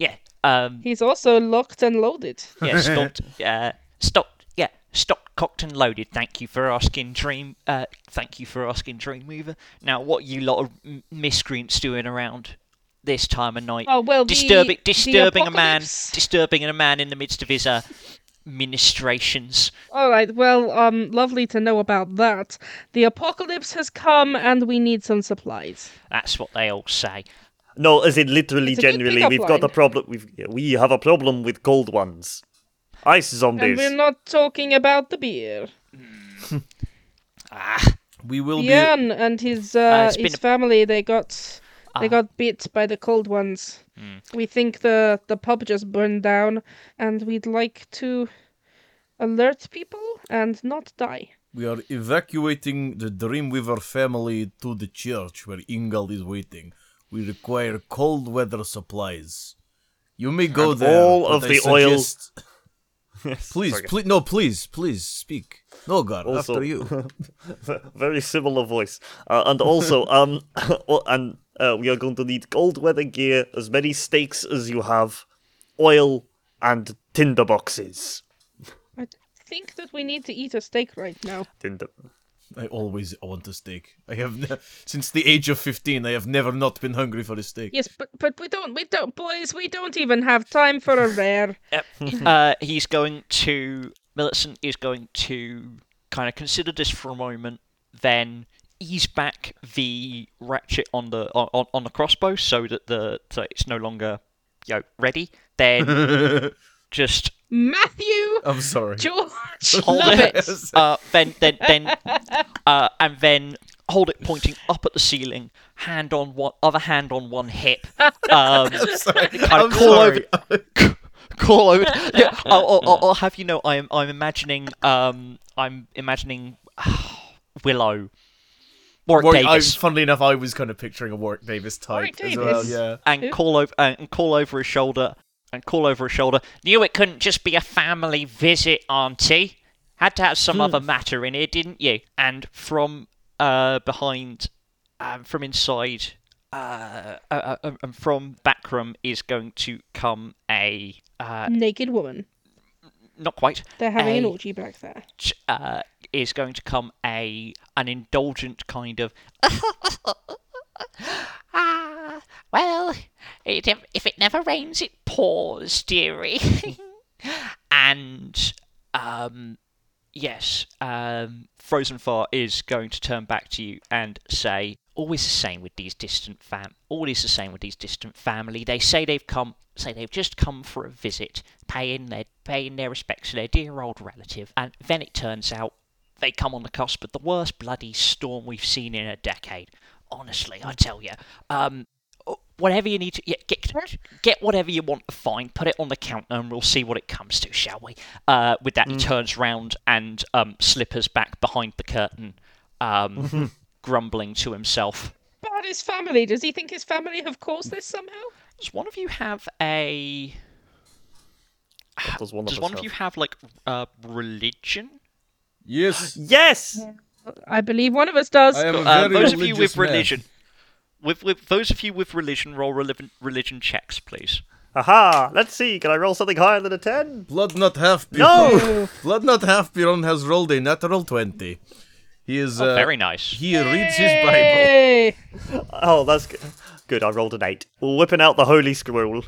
Yeah, Um,
He's also locked and loaded.
yeah, stopped. Uh, stopped. Yeah, stopped, cocked and loaded. Thank you for asking, Dream. Uh, thank you for asking, Dreamweaver. Now, what you lot of m- miscreants doing around this time of night?
Oh, well, the-
disturbing,
the
disturbing a man,
apocalypse.
disturbing a man in the midst of his uh, ministrations.
All right. Well, um, lovely to know about that. The apocalypse has come, and we need some supplies.
That's what they all say.
No, as in literally,
a good
generally,
pickup
we've got a
line.
problem. We've, we have a problem with cold ones. Ice
And
zombies.
we're not talking about the beer.
We will be.
Jan and his uh,
it's been
his
a- Ah.
family they got they got bit by the cold ones.
Hmm.
We think the the pub just burned down, and we'd like to alert people and not die.
We are evacuating the Dreamweaver family to the church where Ingald is waiting. We require cold weather supplies. You may go
And
there.
all
but
of
I
the oil-
suggest- please,
sorry.
please, no, please, please speak. No, God,
Also-
after you.
Very similar voice. Uh, and also, um, o- and uh, we are going to need cold weather gear, as many stakes as you have, oil, and tinder boxes.
I think that we need to eat a steak right now.
Tinder.
I always want a steak. I have ne- since the age of fifteen. I have never not been hungry for a steak.
Yes, but but we don't we don't boys we don't even have time for a rare.
Yep. uh, he's going to Millicent is going to kind of consider this for a moment, then ease back the ratchet on the on, on- on the crossbow so that the so it's no longer you know, ready. Then just
Matthew
I'm sorry.
George,
hold
love
it.
it.
Uh, then then then uh, and then hold it pointing up at the ceiling, hand on one other hand on one hip. Um, kind
I'm
of call over
sorry.
call over. Yeah, I'll, I'll- I'll, I'll have you know, I'm I'm imagining um I'm imagining Willow, Warwick
Warwick- I,
Davis,
funnily enough, I was kind of picturing a Warwick Davis type
Warwick
as well.
Davis.
Yeah.
and call over and call over his shoulder and call over his shoulder. Knew it couldn't just be a family visit, Auntie. Had to have some other matter in here, didn't you? And from uh behind, um, from inside. Uh, uh, uh, and from Backroom is going to come a uh,
Naked woman.
not quite.
They're having an
a-
orgy back there.
ch- uh, is going to come a an indulgent kind of ah well it, if it never rains it pours dearie and um yes um frozen far is going to turn back to you and say always the same with these distant fam always the same with these distant family they say they've come say they've just come for a visit paying their paying their respects to their dear old relative and then it turns out they come on the cusp of the worst bloody storm we've seen in a decade honestly i tell you um whatever you need to yeah, get get whatever you want to find put it on the counter and we'll see what it comes to shall we uh, with that he
Mm.
turns round and um, slippers back behind the curtain um, grumbling to himself
About his family. Does he think his family have caused this somehow?
does one of you have a
That was one of
does
us
one of
have.
you have like uh, religion
Yes.
Yes!
I believe one of us does.
I am a very
uh, those of you
religious
with
man.
religion with, with those of you with religion roll religion, religion checks please
Aha! Let's see, can I roll something higher than a 10?
Blood not half Piron.
No!
Blood not half Piron has rolled a natural twenty. He is
Oh,
uh,
very nice
He reads his Bible.
Hey!
Oh, that's good. Good, I rolled an 8. Whipping out the Holy Scroll.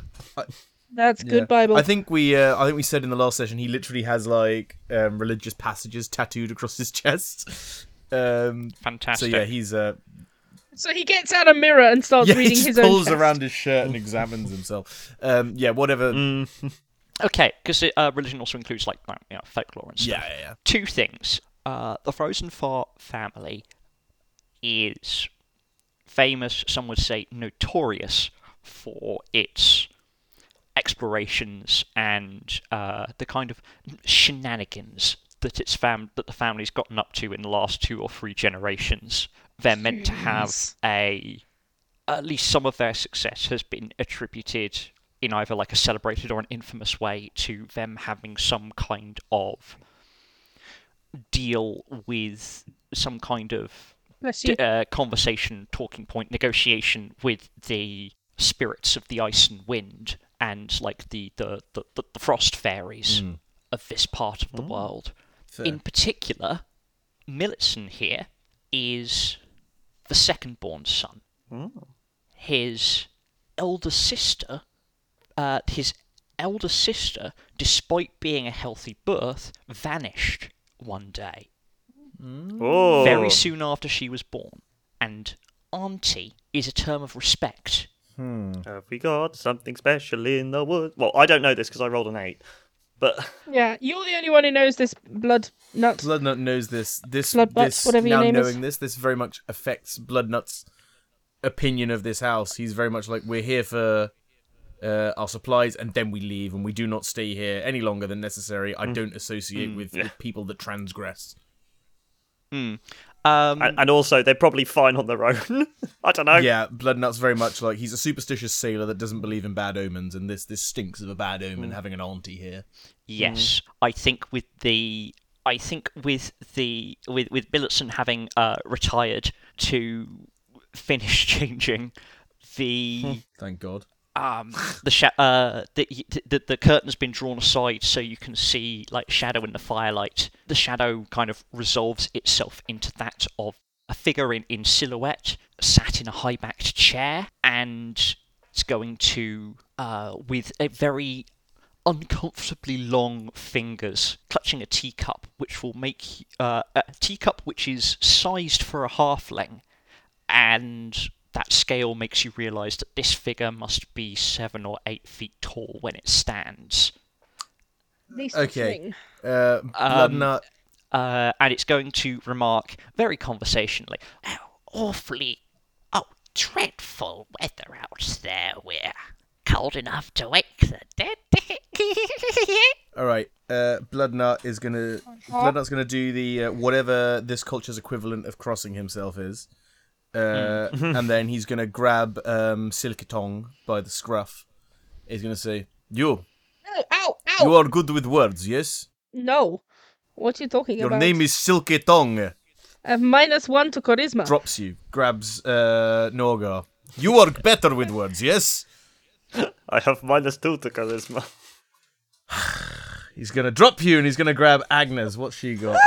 That's
Yeah.
good Bible.
I think we, uh, I think we said in the last session, he literally has like um, religious passages tattooed across his chest. Um, so
fantastic
yeah, he's uh,
So he gets out a mirror and starts
yeah, he
reading
just
his own.
pulls
text.
around his shirt and examines himself. Um, yeah, whatever.
Mm.
okay because uh, religion also includes like you know, folklore and stuff
Yeah, yeah, yeah.
two things. Uh, the Frozen Far family is famous, some would say notorious, for its explorations and uh, the kind of shenanigans that its fam that the family's gotten up to in the last two or three generations. They're meant to have a at least some of their success has been attributed in either like a celebrated or an infamous way to them having some kind of deal with some kind of
Bless you.
d- uh, conversation, talking point, negotiation with the spirits of the ice and wind and like the the, the, the, the frost fairies of this part of the world.
Fair.
In particular, Millicent here is the second born son. His elder sister, uh, his elder sister, despite being a healthy birth, vanished one day
Oh,
very soon after she was born. And auntie is a term of respect.
Have we got something special in the woods? Well, I don't know this because I rolled an eight, but
Yeah, you're the only one who knows this blood nut.
Bloodnut knows this. This,
Bloodbutt,
this
whatever your
now
name is.
knowing this, this very much affects Bloodnut's opinion of this house. He's very much like, we're here for uh, our supplies, and then we leave, and we do not stay here any longer than necessary.
Mm.
I don't associate with, with people that transgress.
Um,
and, and also they're probably fine on their own. I don't know.
Yeah, Bloodnut's very much like he's a superstitious sailor that doesn't believe in bad omens, and this this stinks of a bad omen
Mm.
having an auntie here.
Yes, I think with the I think with the with with Billotson having uh, retired to finish changing the
Thank God.
um the sha- uh the, the the curtain's been drawn aside so you can see like shadow in the firelight. The shadow kind of resolves itself into that of a figure in, in silhouette sat in a high backed chair and it's going to uh with a very uncomfortably long fingers clutching a teacup which will make uh, a teacup which is sized for a halfling and that scale makes you realize that this figure must be seven or eight feet tall when it stands
Least
Okay.
thing.
Uh,
Um,
Bloodnut.
uh, and it's going to remark very conversationally how awfully oh dreadful weather out there we're cold enough to wake the dead
All right. Uh, Bloodnut is gonna Bloodnut's gonna do the uh, whatever this culture's equivalent of crossing himself is, uh, and then he's gonna grab um, Silketong by the scruff. He's gonna say, "You,
No, ow, ow.
you are good with words, yes?
No. What are you talking
Your
about?
name is Silketong."
I have minus one to charisma.
Drops you, grabs uh, Norgar. You are better with words, yes?
I have minus two to charisma.
He's gonna drop you, and he's gonna grab Agnes. What's she got?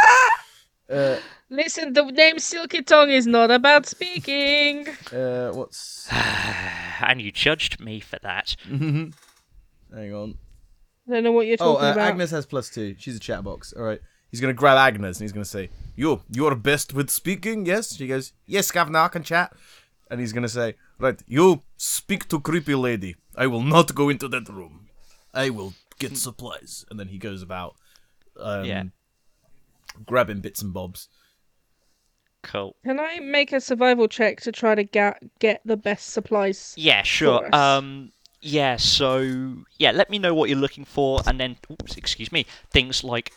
Listen, the name Silky Tongue is not about speaking.
Uh, what's?
and you judged me for that
Hang on.
I don't know what you're
Oh,
talking
uh,
about.
Agnes has plus two. She's a chat box. All right. He's gonna grab Agnes and he's gonna say, "You, you are best with speaking, yes?" She goes, "Yes, Governor, I can chat." And he's gonna say, "Right, you speak to creepy lady. I will not go into that room. I will get supplies." And then he goes about um,
yeah
grabbing bits and bobs.
cool
Can I make a survival check to try to ga- get the best supplies?
Yeah, sure.
us.
Um, yeah, so yeah, let me know what you're looking for, and then oops, excuse me, things like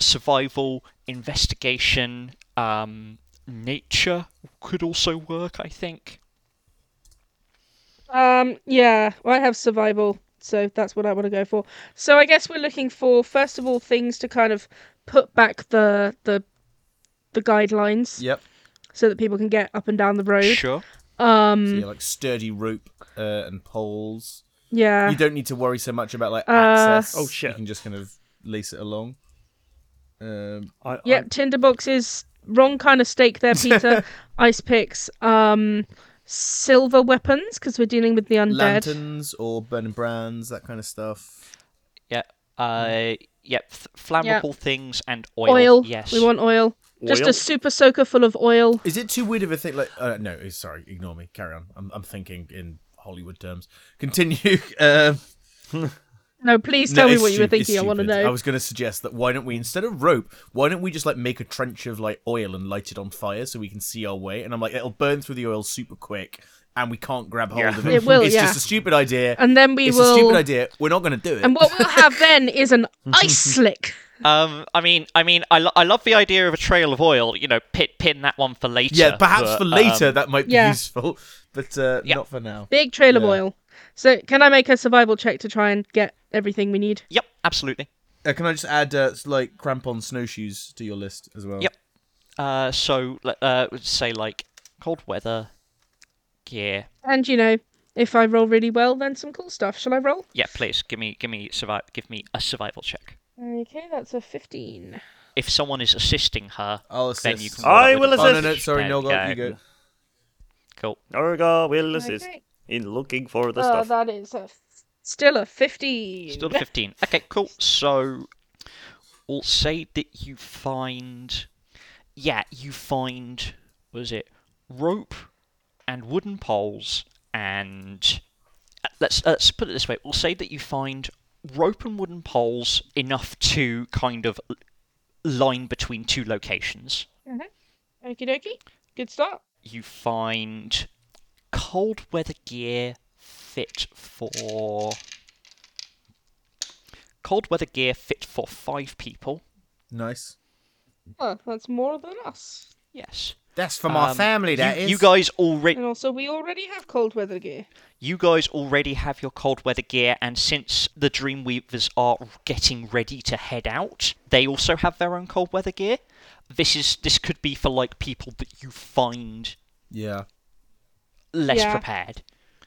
survival, investigation, um, nature could also work. I think.
Um, yeah, well, I have survival, so that's what I want to go for. So I guess we're looking for first of all things to kind of put back the the the guidelines
Yep.
so that people can get up and down the road.
Sure.
So you like sturdy rope uh, and poles.
Yeah.
You don't need to worry so much about like access.
Oh, shit.
You can just kind of lace it along. Um,
I,
Yep, tinderbox is wrong kind of stake there, Peter. Ice picks, um, silver weapons because we're dealing with the undead.
lanterns or burning brands, that kind of stuff.
Yeah. Uh. Yep. Th- flammable things and oil.
Oil.
Yes.
We want oil. Just
Oil?
a super soaker full of oil.
Is it too weird of a thing? Like, uh, no, sorry, ignore me. Carry on. I'm, I'm thinking in Hollywood terms. Continue. Um,
No, please
no,
tell me
it's
what you were
stu- it's
thinking. I want to
stupid. I
know.
was going to suggest that why don't we instead of rope, why don't we just like make a trench of like oil and light it on fire so we can see our way? And I'm like, it'll burn through the oil super quick, and we can't grab hold
Yeah.
of it.
It will,
It's
yeah.
just a stupid idea.
And then we
it's
will.
a stupid idea. We're not going to do it.
And what we'll have then is an ice slick.
Um. I mean. I mean. I, lo- I love the idea of a trail of oil. You know. Pit. Pin that one for later.
yeah, perhaps
but,
for later
um,
that might be
yeah.
useful, but uh,
Yeah.
not for now.
Big trail of
Yeah.
oil. So, can I make a survival check to try and get everything we need?
yep. Absolutely.
Uh, can I just add uh, s- like crampon snowshoes to your list as well?
Yep. Uh, so le- uh, say like cold weather gear.
And, you know, If I roll really well, then some cool stuff. Shall I roll?
Yeah, please give me give me survive give me a survival check.
Okay, that's a 15.
If someone is assisting her,
I'll
then you
assist.
can. roll
I
with
will
advantage.
Oh no, no, sorry,
There
no,
we
go, you go.
Cool.
Origa will assist
Okay.
in looking for the
Oh,
stuff.
that is a still a 15.
Still to 15. Okay, cool. So, we'll say that you find. Yeah, you find. What is it? Rope and wooden poles and. uh, Let's, let's put it this way. We'll say that you find rope and wooden poles enough to kind of l- line between two locations.
Okie dokie. Good start.
You find cold weather gear fit for. Cold weather gear fit for five people.
Nice.
Oh, that's more than us.
Yes.
That's for
Um, you, You guys already
And also, we already have cold weather gear.
you guys already have your cold weather gear, and since the Dreamweavers are getting ready to head out, they also have their own cold weather gear. This is this could be for like people that you find
Yeah.
less
Yeah.
prepared.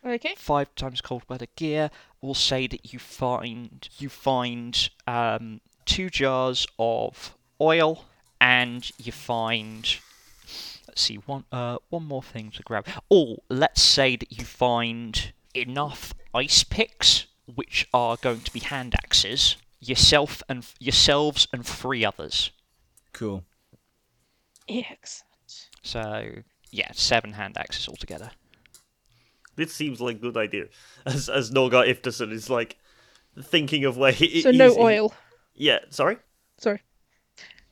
Okay.
five times cold weather gear will say that you find you find um, two jars of oil and you find let's see one uh, one more thing to grab oh let's say that you find enough ice picks which are going to be hand axes yourself and yourselves and three others
Cool.
Excellent.
so yeah seven hand axes altogether
This seems like a good idea. As as Norgar Ifterson is like thinking of where he
So, no
he's- he-
oil.
Yeah, sorry.
Sorry.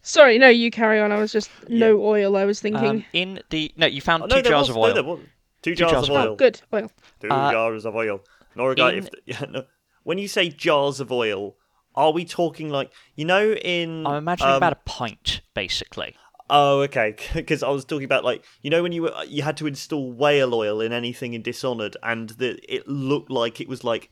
Sorry, no, you carry on. I was just. No oil, I was thinking.
um, in the no you found
Oh,
two
no, there
jars
was,
of
no,
oil
there wasn't. Two, jars,
jars
of
of
oil.
oh, good. Oil.
Two
Uh,
jars of oil. Norga
in-
Ifter. Yeah, no. When you say jars of oil, are we talking like you know in?
i'm imagining
um,
about a pint basically
Oh, okay. Because I was talking about like you know when you were, you had to install whale oil in anything in Dishonored, and the, it looked like it was like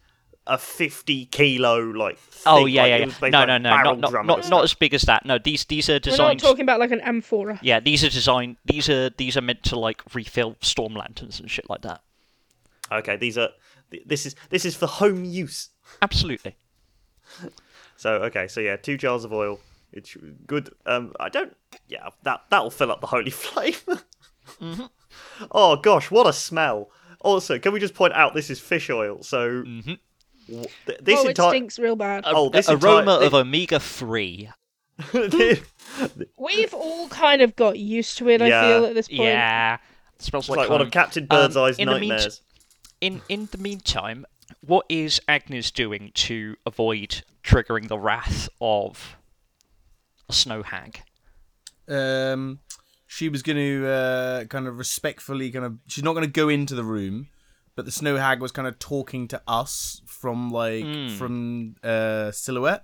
a fifty kilo like.
Oh
thing,
yeah,
like,
yeah,
it
yeah.
was made
No,
like
no, no,
barrel
not not,
drum and
not,
stuff.
not as big as that. No, these these are
We're not
designed.
talking about like an amphora.
Yeah, these are designed. These are these are meant to like refill storm lanterns and shit like that.
Okay, these are th- this is this is for home use.
Absolutely.
So okay, so yeah, two jars of oil. It's good. Um, I don't. Yeah, that that'll fill up the holy flame.
Mm-hmm.
Oh gosh, what a smell! Also, can we just point out this is fish oil? So
Mm-hmm.
w- th- this
oh, it
entire
stinks real bad.
Uh,
Oh, this
the
entire-
aroma
thi-
of omega three.
We've all kind of got used to it, I
Yeah.
feel, at this point.
Yeah, smells
It's like one
home. Um,
of Captain Birdseye's
in the meant-
nightmares.
in in the meantime, what is Agnes doing to avoid triggering the wrath of a snow hag?
um, she was going to uh, kind of respectfully kind of she's not going to go into the room but the snow hag was kind of talking to us from like from uh, silhouette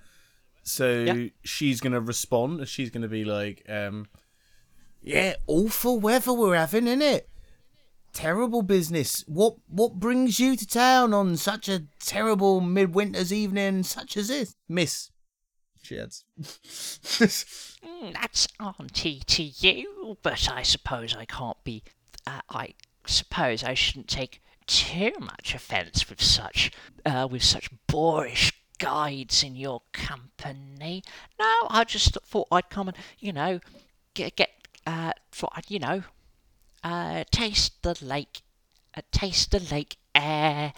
so
Yeah.
she's going to respond and she's going to be like um, yeah awful weather we're having in it terrible business what what brings you to town on such a terrible midwinter's evening such as this miss she adds
Mm, that's auntie to you, but I suppose I can't be. Uh, I suppose I shouldn't take too much offence with such uh, with such boorish guides in your company. No, I just thought I'd come and you know get get uh thought I'd, you know uh taste the lake, uh, taste the lake air.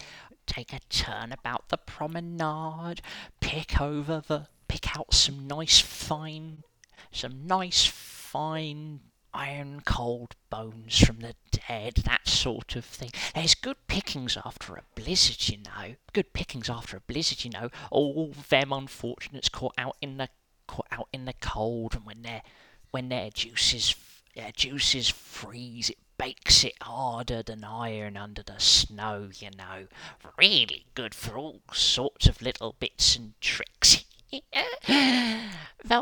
Take a turn about the promenade, pick over the, pick out some nice fine some nice fine iron cold bones from the dead, that sort of thing. There's good pickings after a blizzard, you know. Good pickings after a blizzard, you know. All them unfortunates caught out in the caught out in the cold, and when their when their juices their juices freeze, it bakes it harder than iron under the snow, you know. Really good for all sorts of little bits and tricks. Though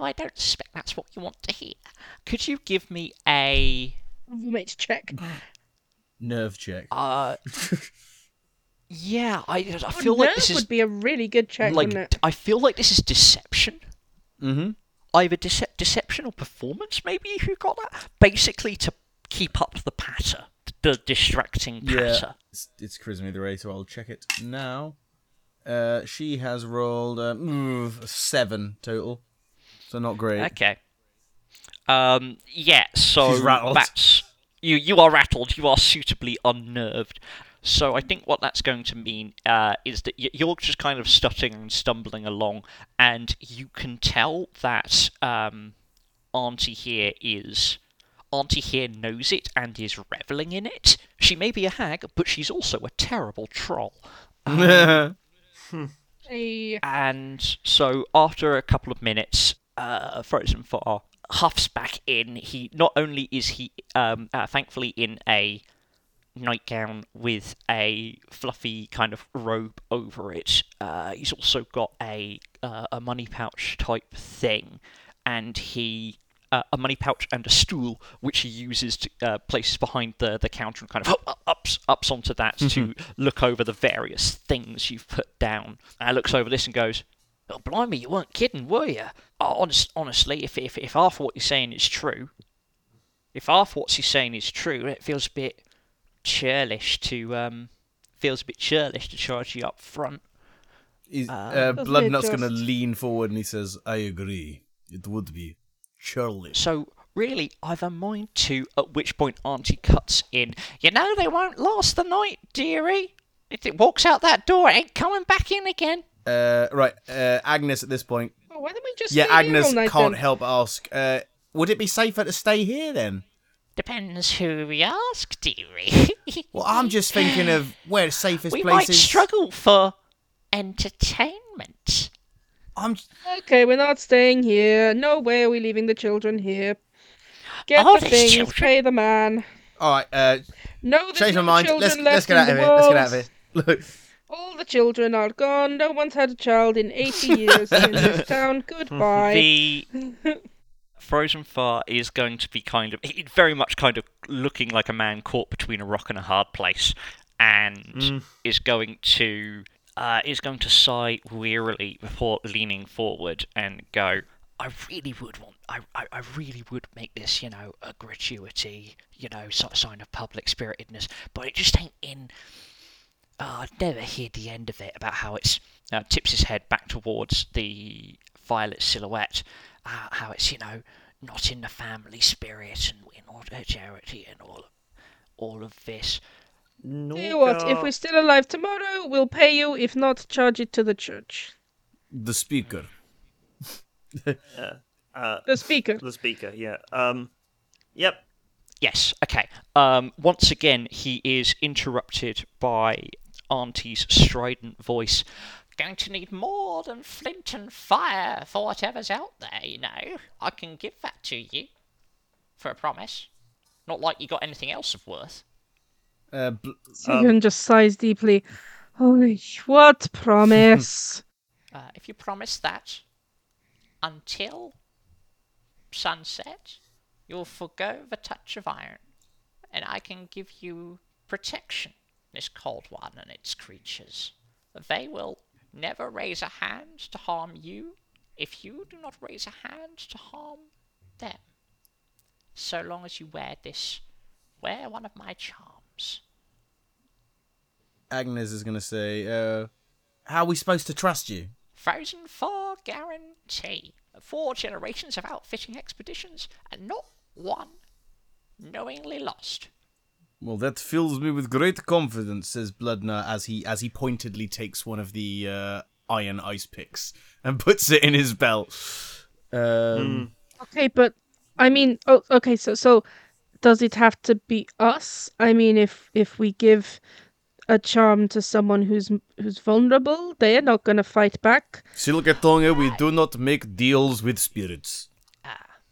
I don't suspect that's what you want to hear. Could you give me a
You made to check.
nerve check
uh Yeah, I I
Oh,
feel like
nerve
this is
would be a really good check,
like
wouldn't it?
I feel like this is deception.
mm-hmm
Either decep deception or performance maybe if you got that. Basically to keep up the patter. To the distracting patter.
It's, it's Charisma of the Ray, so I'll check it now. Uh, she has rolled uh, mm, seven total, so not great.
Okay. Um, yeah, so
She's rattled.
that's you. You are rattled. You are suitably unnerved. So I think what that's going to mean uh, is that y- you're just kind of stuttering and stumbling along, and you can tell that um, Auntie here is. Auntie here knows it and is reveling in it. She may be a hag, but she's also a terrible troll.
A
And so, after a couple of minutes, uh, Frozen Far huffs back in. He not only is he um, uh, thankfully in a nightgown with a fluffy kind of robe over it, uh, he's also got a uh, a money pouch type thing, and he. Uh, a money pouch and a stool, which he uses to uh, places behind the, the counter and kind of up, ups ups onto that to look over the various things you've put down. And looks over this and goes, "Oh, blimey, you weren't kidding, were you? Oh, honest, honestly, if, if if half what you're saying is true, if half what he's saying is true, it feels a bit churlish to um feels a bit churlish to charge you up front.
He's- uh,
Doesn't it
Bloodnut's going to
just-
lean forward and he says, I agree. It would be churlish.
So really, I've a mind to. At which point, Auntie cuts in. You know they won't last the night, dearie. If it walks out that door, it ain't coming back in again.
Uh, right, uh, Agnes at this point.
oh, why don't we just
Yeah,
stay here
Agnes
all night
can't
then?
help but ask, uh, would it be safer to stay here then?
Depends who we ask, dearie.
Well, I'm just thinking of where the safest
we
place
might
is.
struggle for entertainment.
I'm
Okay, we're not staying here. No way are we leaving the children here. Get
All
the
these
things,
children.
pay the man.
all right. Uh,
No, there's
change my
no
mind.
children
Let's
left
let's get out
in
of
the
here. Let's get
world.
out of here. Look,
All the children are gone. No one's had a child in 80 years in this town. Goodbye.
the frozen far is going to be kind of he- very much kind of looking like a man caught between a rock and a hard place and
Mm.
is going to uh, is going to sigh wearily before leaning forward and go I really would want I, I, I really would make this you know a gratuity you know sort of sign of public spiritedness but it just ain't in Oh, I'd never hear the end of it about how it's uh, tips his head back towards the violet silhouette, uh, how it's you know not in the family spirit and in order charity and all all of this.
Tell you what, if we're still alive tomorrow, we'll pay you. If not, charge it to the church.
the speaker.
The speaker.
the speaker, yeah. Um, yep.
Yes, okay. Um, once again, he is interrupted by Auntie's strident voice. Going to need more than flint and fire for whatever's out there, you know. I can give that to you for a promise. Not like you got anything else of worth.
Uh, bl-
Um,
Sigrun just sighs deeply. Holy, what promise?
Uh, if you promise that until sunset, you'll forgo the touch of iron, and I can give you protection, this cold one and its creatures. They will never raise a hand to harm you if you do not raise a hand to harm them. So long as you wear this, wear one of my charms.
Agnes is going to say, uh, "How are we supposed to trust you?"
Frozen Far guarantee. Four generations of outfitting expeditions, and not one knowingly lost.
Well, that fills me with great confidence," says Bloodnut as he as he pointedly takes one of the uh, iron ice picks and puts it in his belt. Um,
okay, but I mean, oh, okay. So, so does it have to be us? I mean, if if we give a charm to someone who's who's vulnerable, they're not gonna fight back.
Hmm.
Silgatonga, we do not make deals with spirits.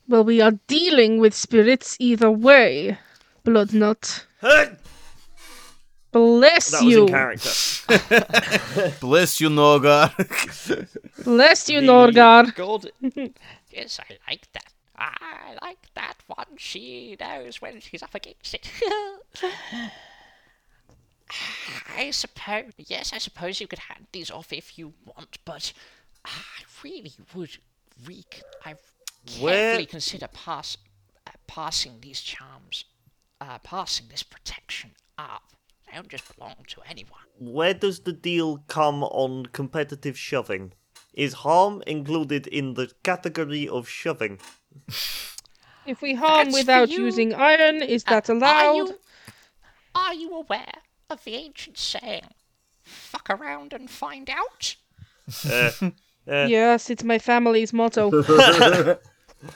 Well, we are dealing with spirits either way. Blood not. Bless
That was
you.
in character.
Bless you, Nogar.
Bless you, Norgar.
Good. yes, I like that. I like that one. She knows when she's up against it. I suppose. Yes, I suppose you could hand these off if you want, but I really would. Reek. I carefully
Where-
consider pass, uh, passing these charms uh, passing this protection up. They don't just belong to anyone.
Where does the deal come on competitive shoving? Is harm included in the category of shoving?
If we harm
That's for
without
you. Uh,
using iron, is that
Are
allowed?
you, are you aware of the ancient saying, fuck around and find out?
Uh.
Yes, it's my family's motto.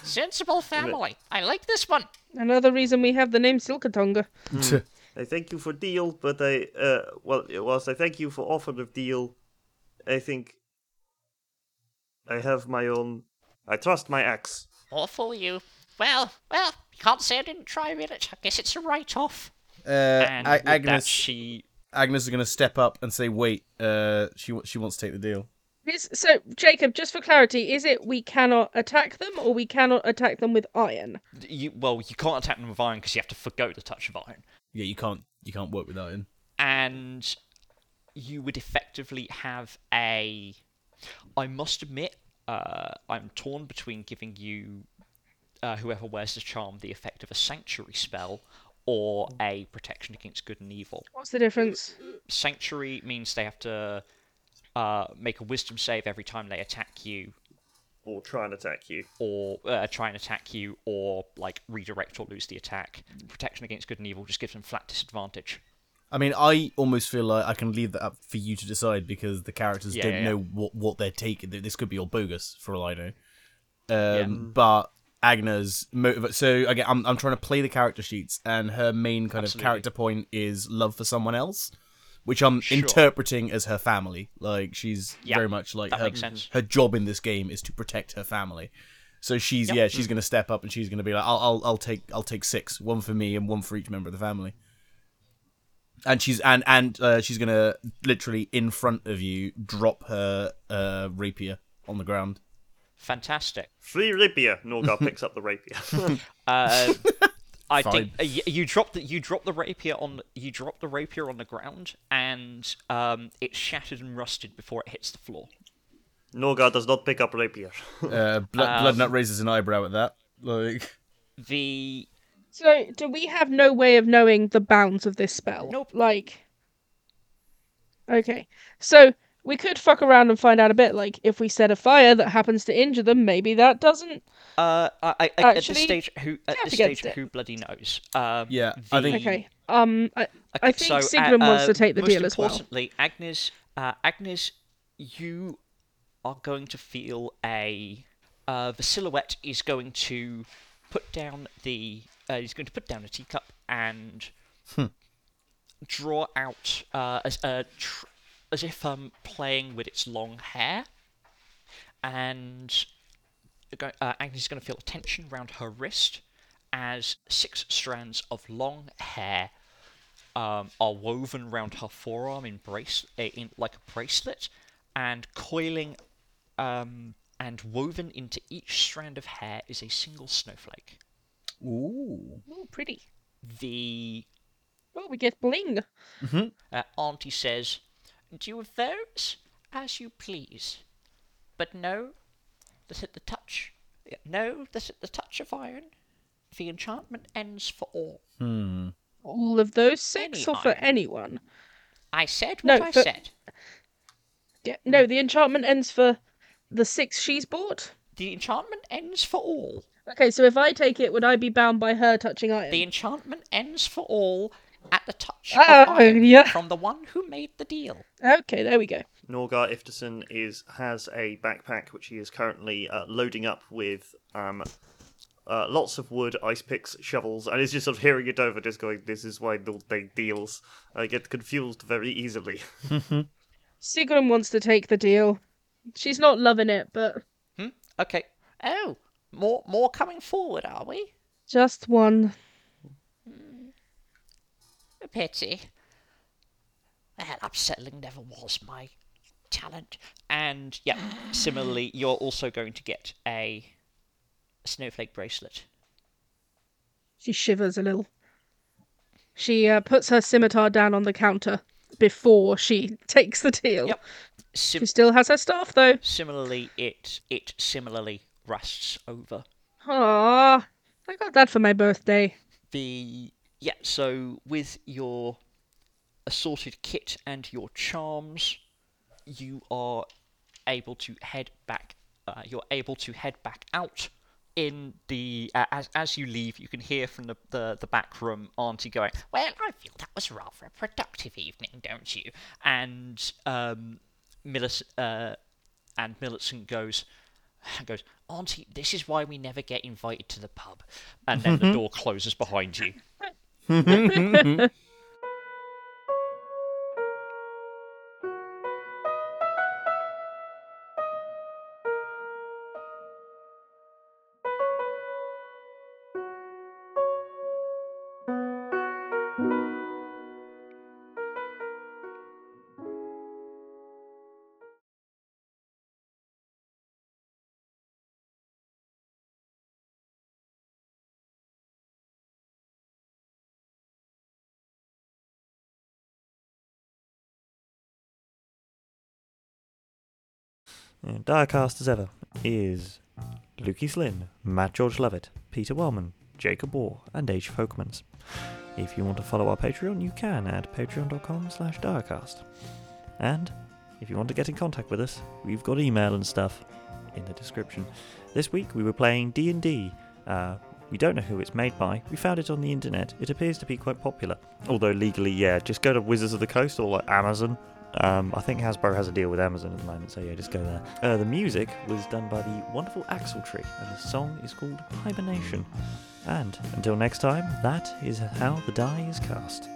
Sensible family. I like this one.
Another reason we have the name Silkatonga.
I thank you for deal, but I uh well it was I thank you for offer of deal. I think I have my own. I trust my axe.
Or for you. Well, well, can't say I didn't try with it. I guess it's a write off.
Uh,
And
A-
with that,
Agnes,
she
Agnes is going to step up and say, "Wait, uh, she wa- she wants to take the deal."
Is, so, Jacob, just for clarity, is it we cannot attack them or we cannot attack them with iron?
you, well, you can't attack them with iron because you have to forgo the touch of iron,
Yeah, you can't you can't work with iron.
and you would effectively have a. I must admit, uh, I'm torn between giving you uh, whoever wears the charm the effect of a sanctuary spell or a protection against good and evil.
What's the difference?
Sanctuary means they have to uh, make a wisdom save every time they attack you,
Or try and attack you.
or uh, try and attack you, or like redirect or lose the attack. Protection against good and evil just gives them flat disadvantage.
I mean, I almost feel like I can leave that up for you to decide because the characters
Yeah,
don't
yeah, yeah.
know what what they're taking. Th- This could be all bogus for all I know. Um, But Agnes motive. So again, I'm I'm trying to play the character sheets, and her main kind
Absolutely.
of character point is love for someone else, which I'm
Sure.
interpreting as her family. Like she's
Yeah,
very much like
that
her
makes sense.
her job in this game is to protect her family. So she's
Yep. Mm.
yeah she's gonna step up and she's gonna be like I'll, I'll I'll take I'll take six one for me and one for each member of the family and she's and and uh, she's gonna literally in front of you drop her uh, rapier on the ground.
Fantastic.
Free rapier. Norgar picks up the rapier.
Uh, I
Fine.
think uh, y- you drop the you drop the rapier on you drop the rapier on the ground, and um, it's shattered and rusted before it hits the floor.
Norgar does not pick up rapier.
Uh, Blood, Bloodnut raises an eyebrow at that. Like
The
So, do we have no way of knowing the bounds of this spell?
Nope.
Like, okay, so we could fuck around and find out a bit. Like, if we set a fire that happens to injure them, maybe that doesn't.
uh, I, I, I- at this
Actually,
stage, who at
up
this
against
stage,
it.
who bloody knows? Um,
Yeah, I think-
Okay. Um, I, I think
so,
Sigrun
uh,
wants to
uh,
take the
most
deal as well.
importantly, Agnes, uh, Agnes, you are going to feel a. Uh, the silhouette is going to put down the. Uh, he's going to put down a teacup and draw out uh, as a tr- as if um playing with its long hair, and go- uh, Agnes is going to feel a tension around her wrist as six strands of long hair um, are woven round her forearm in brace uh, in like a bracelet, and coiling um, and woven into each strand of hair is a single snowflake.
ooh,
Oh, pretty.
The
Oh, we get bling.
uh, auntie says, "Do you have those?"
As you please. But know that at the touch know that at the touch of iron the enchantment ends for all.
All of those six,
Any
or for
iron.
anyone?
I said what
No,
I
but-
said.
Yeah, no, the enchantment ends for the six she's bought.
The enchantment ends for all.
Okay, so if I take it, would I be bound by her touching iron?
The enchantment ends for all at the touch of
Uh-oh,
iron
yeah.
from the one who made the deal.
Okay, there we go.
Norgar Ifterson is has a backpack which he is currently uh, loading up with um, uh, lots of wood, ice picks, shovels, and is just sort of hearing it over, just going, "This is why the- they deals. I get confused very easily."
Sigrun wants to take the deal. She's not loving it, but
Okay,
Oh, more more coming forward,
Oh,
are we?
just one.
A pity. Well, upselling never was my talent.
and yeah. Similarly, you're also going to get a snowflake bracelet.
She shivers a little. She uh, puts her scimitar down on the counter before she takes the deal.
Yep. Sim-
She still has her staff, though.
similarly, it it similarly rusts over.
Ah, I got that for my birthday.
the Yeah, so with your assorted kit and your charms, you are able to head back. Uh, you're able to head back out. In the uh, as as you leave, you can hear from the, the the back room Auntie going,
Well, I feel that was rather a productive evening, don't you?
and um, Millic- uh, and Millicent goes goes Auntie, this is why we never get invited to the pub. And then the door closes behind you.
And Direcast as ever is Lukey Slynn, Matt George Levitt, Peter Wellman, Jacob Orr, and Age Folkmans. If you want to follow our Patreon, you can at patreon.com slash Direcast. And if you want to get in contact with us, we've got email and stuff in the description. This week we were playing D&D. Uh, we don't know who it's made by. We found it on the internet. It appears to be quite popular. Although legally, yeah, just go to Wizards of the Coast or like Amazon. Um, I think Hasbro has a deal with Amazon at the moment, so yeah, just go there. Uh, the music was done by the wonderful Axel Tree, and the song is called Hibernation. And until next time, that is how the die is cast.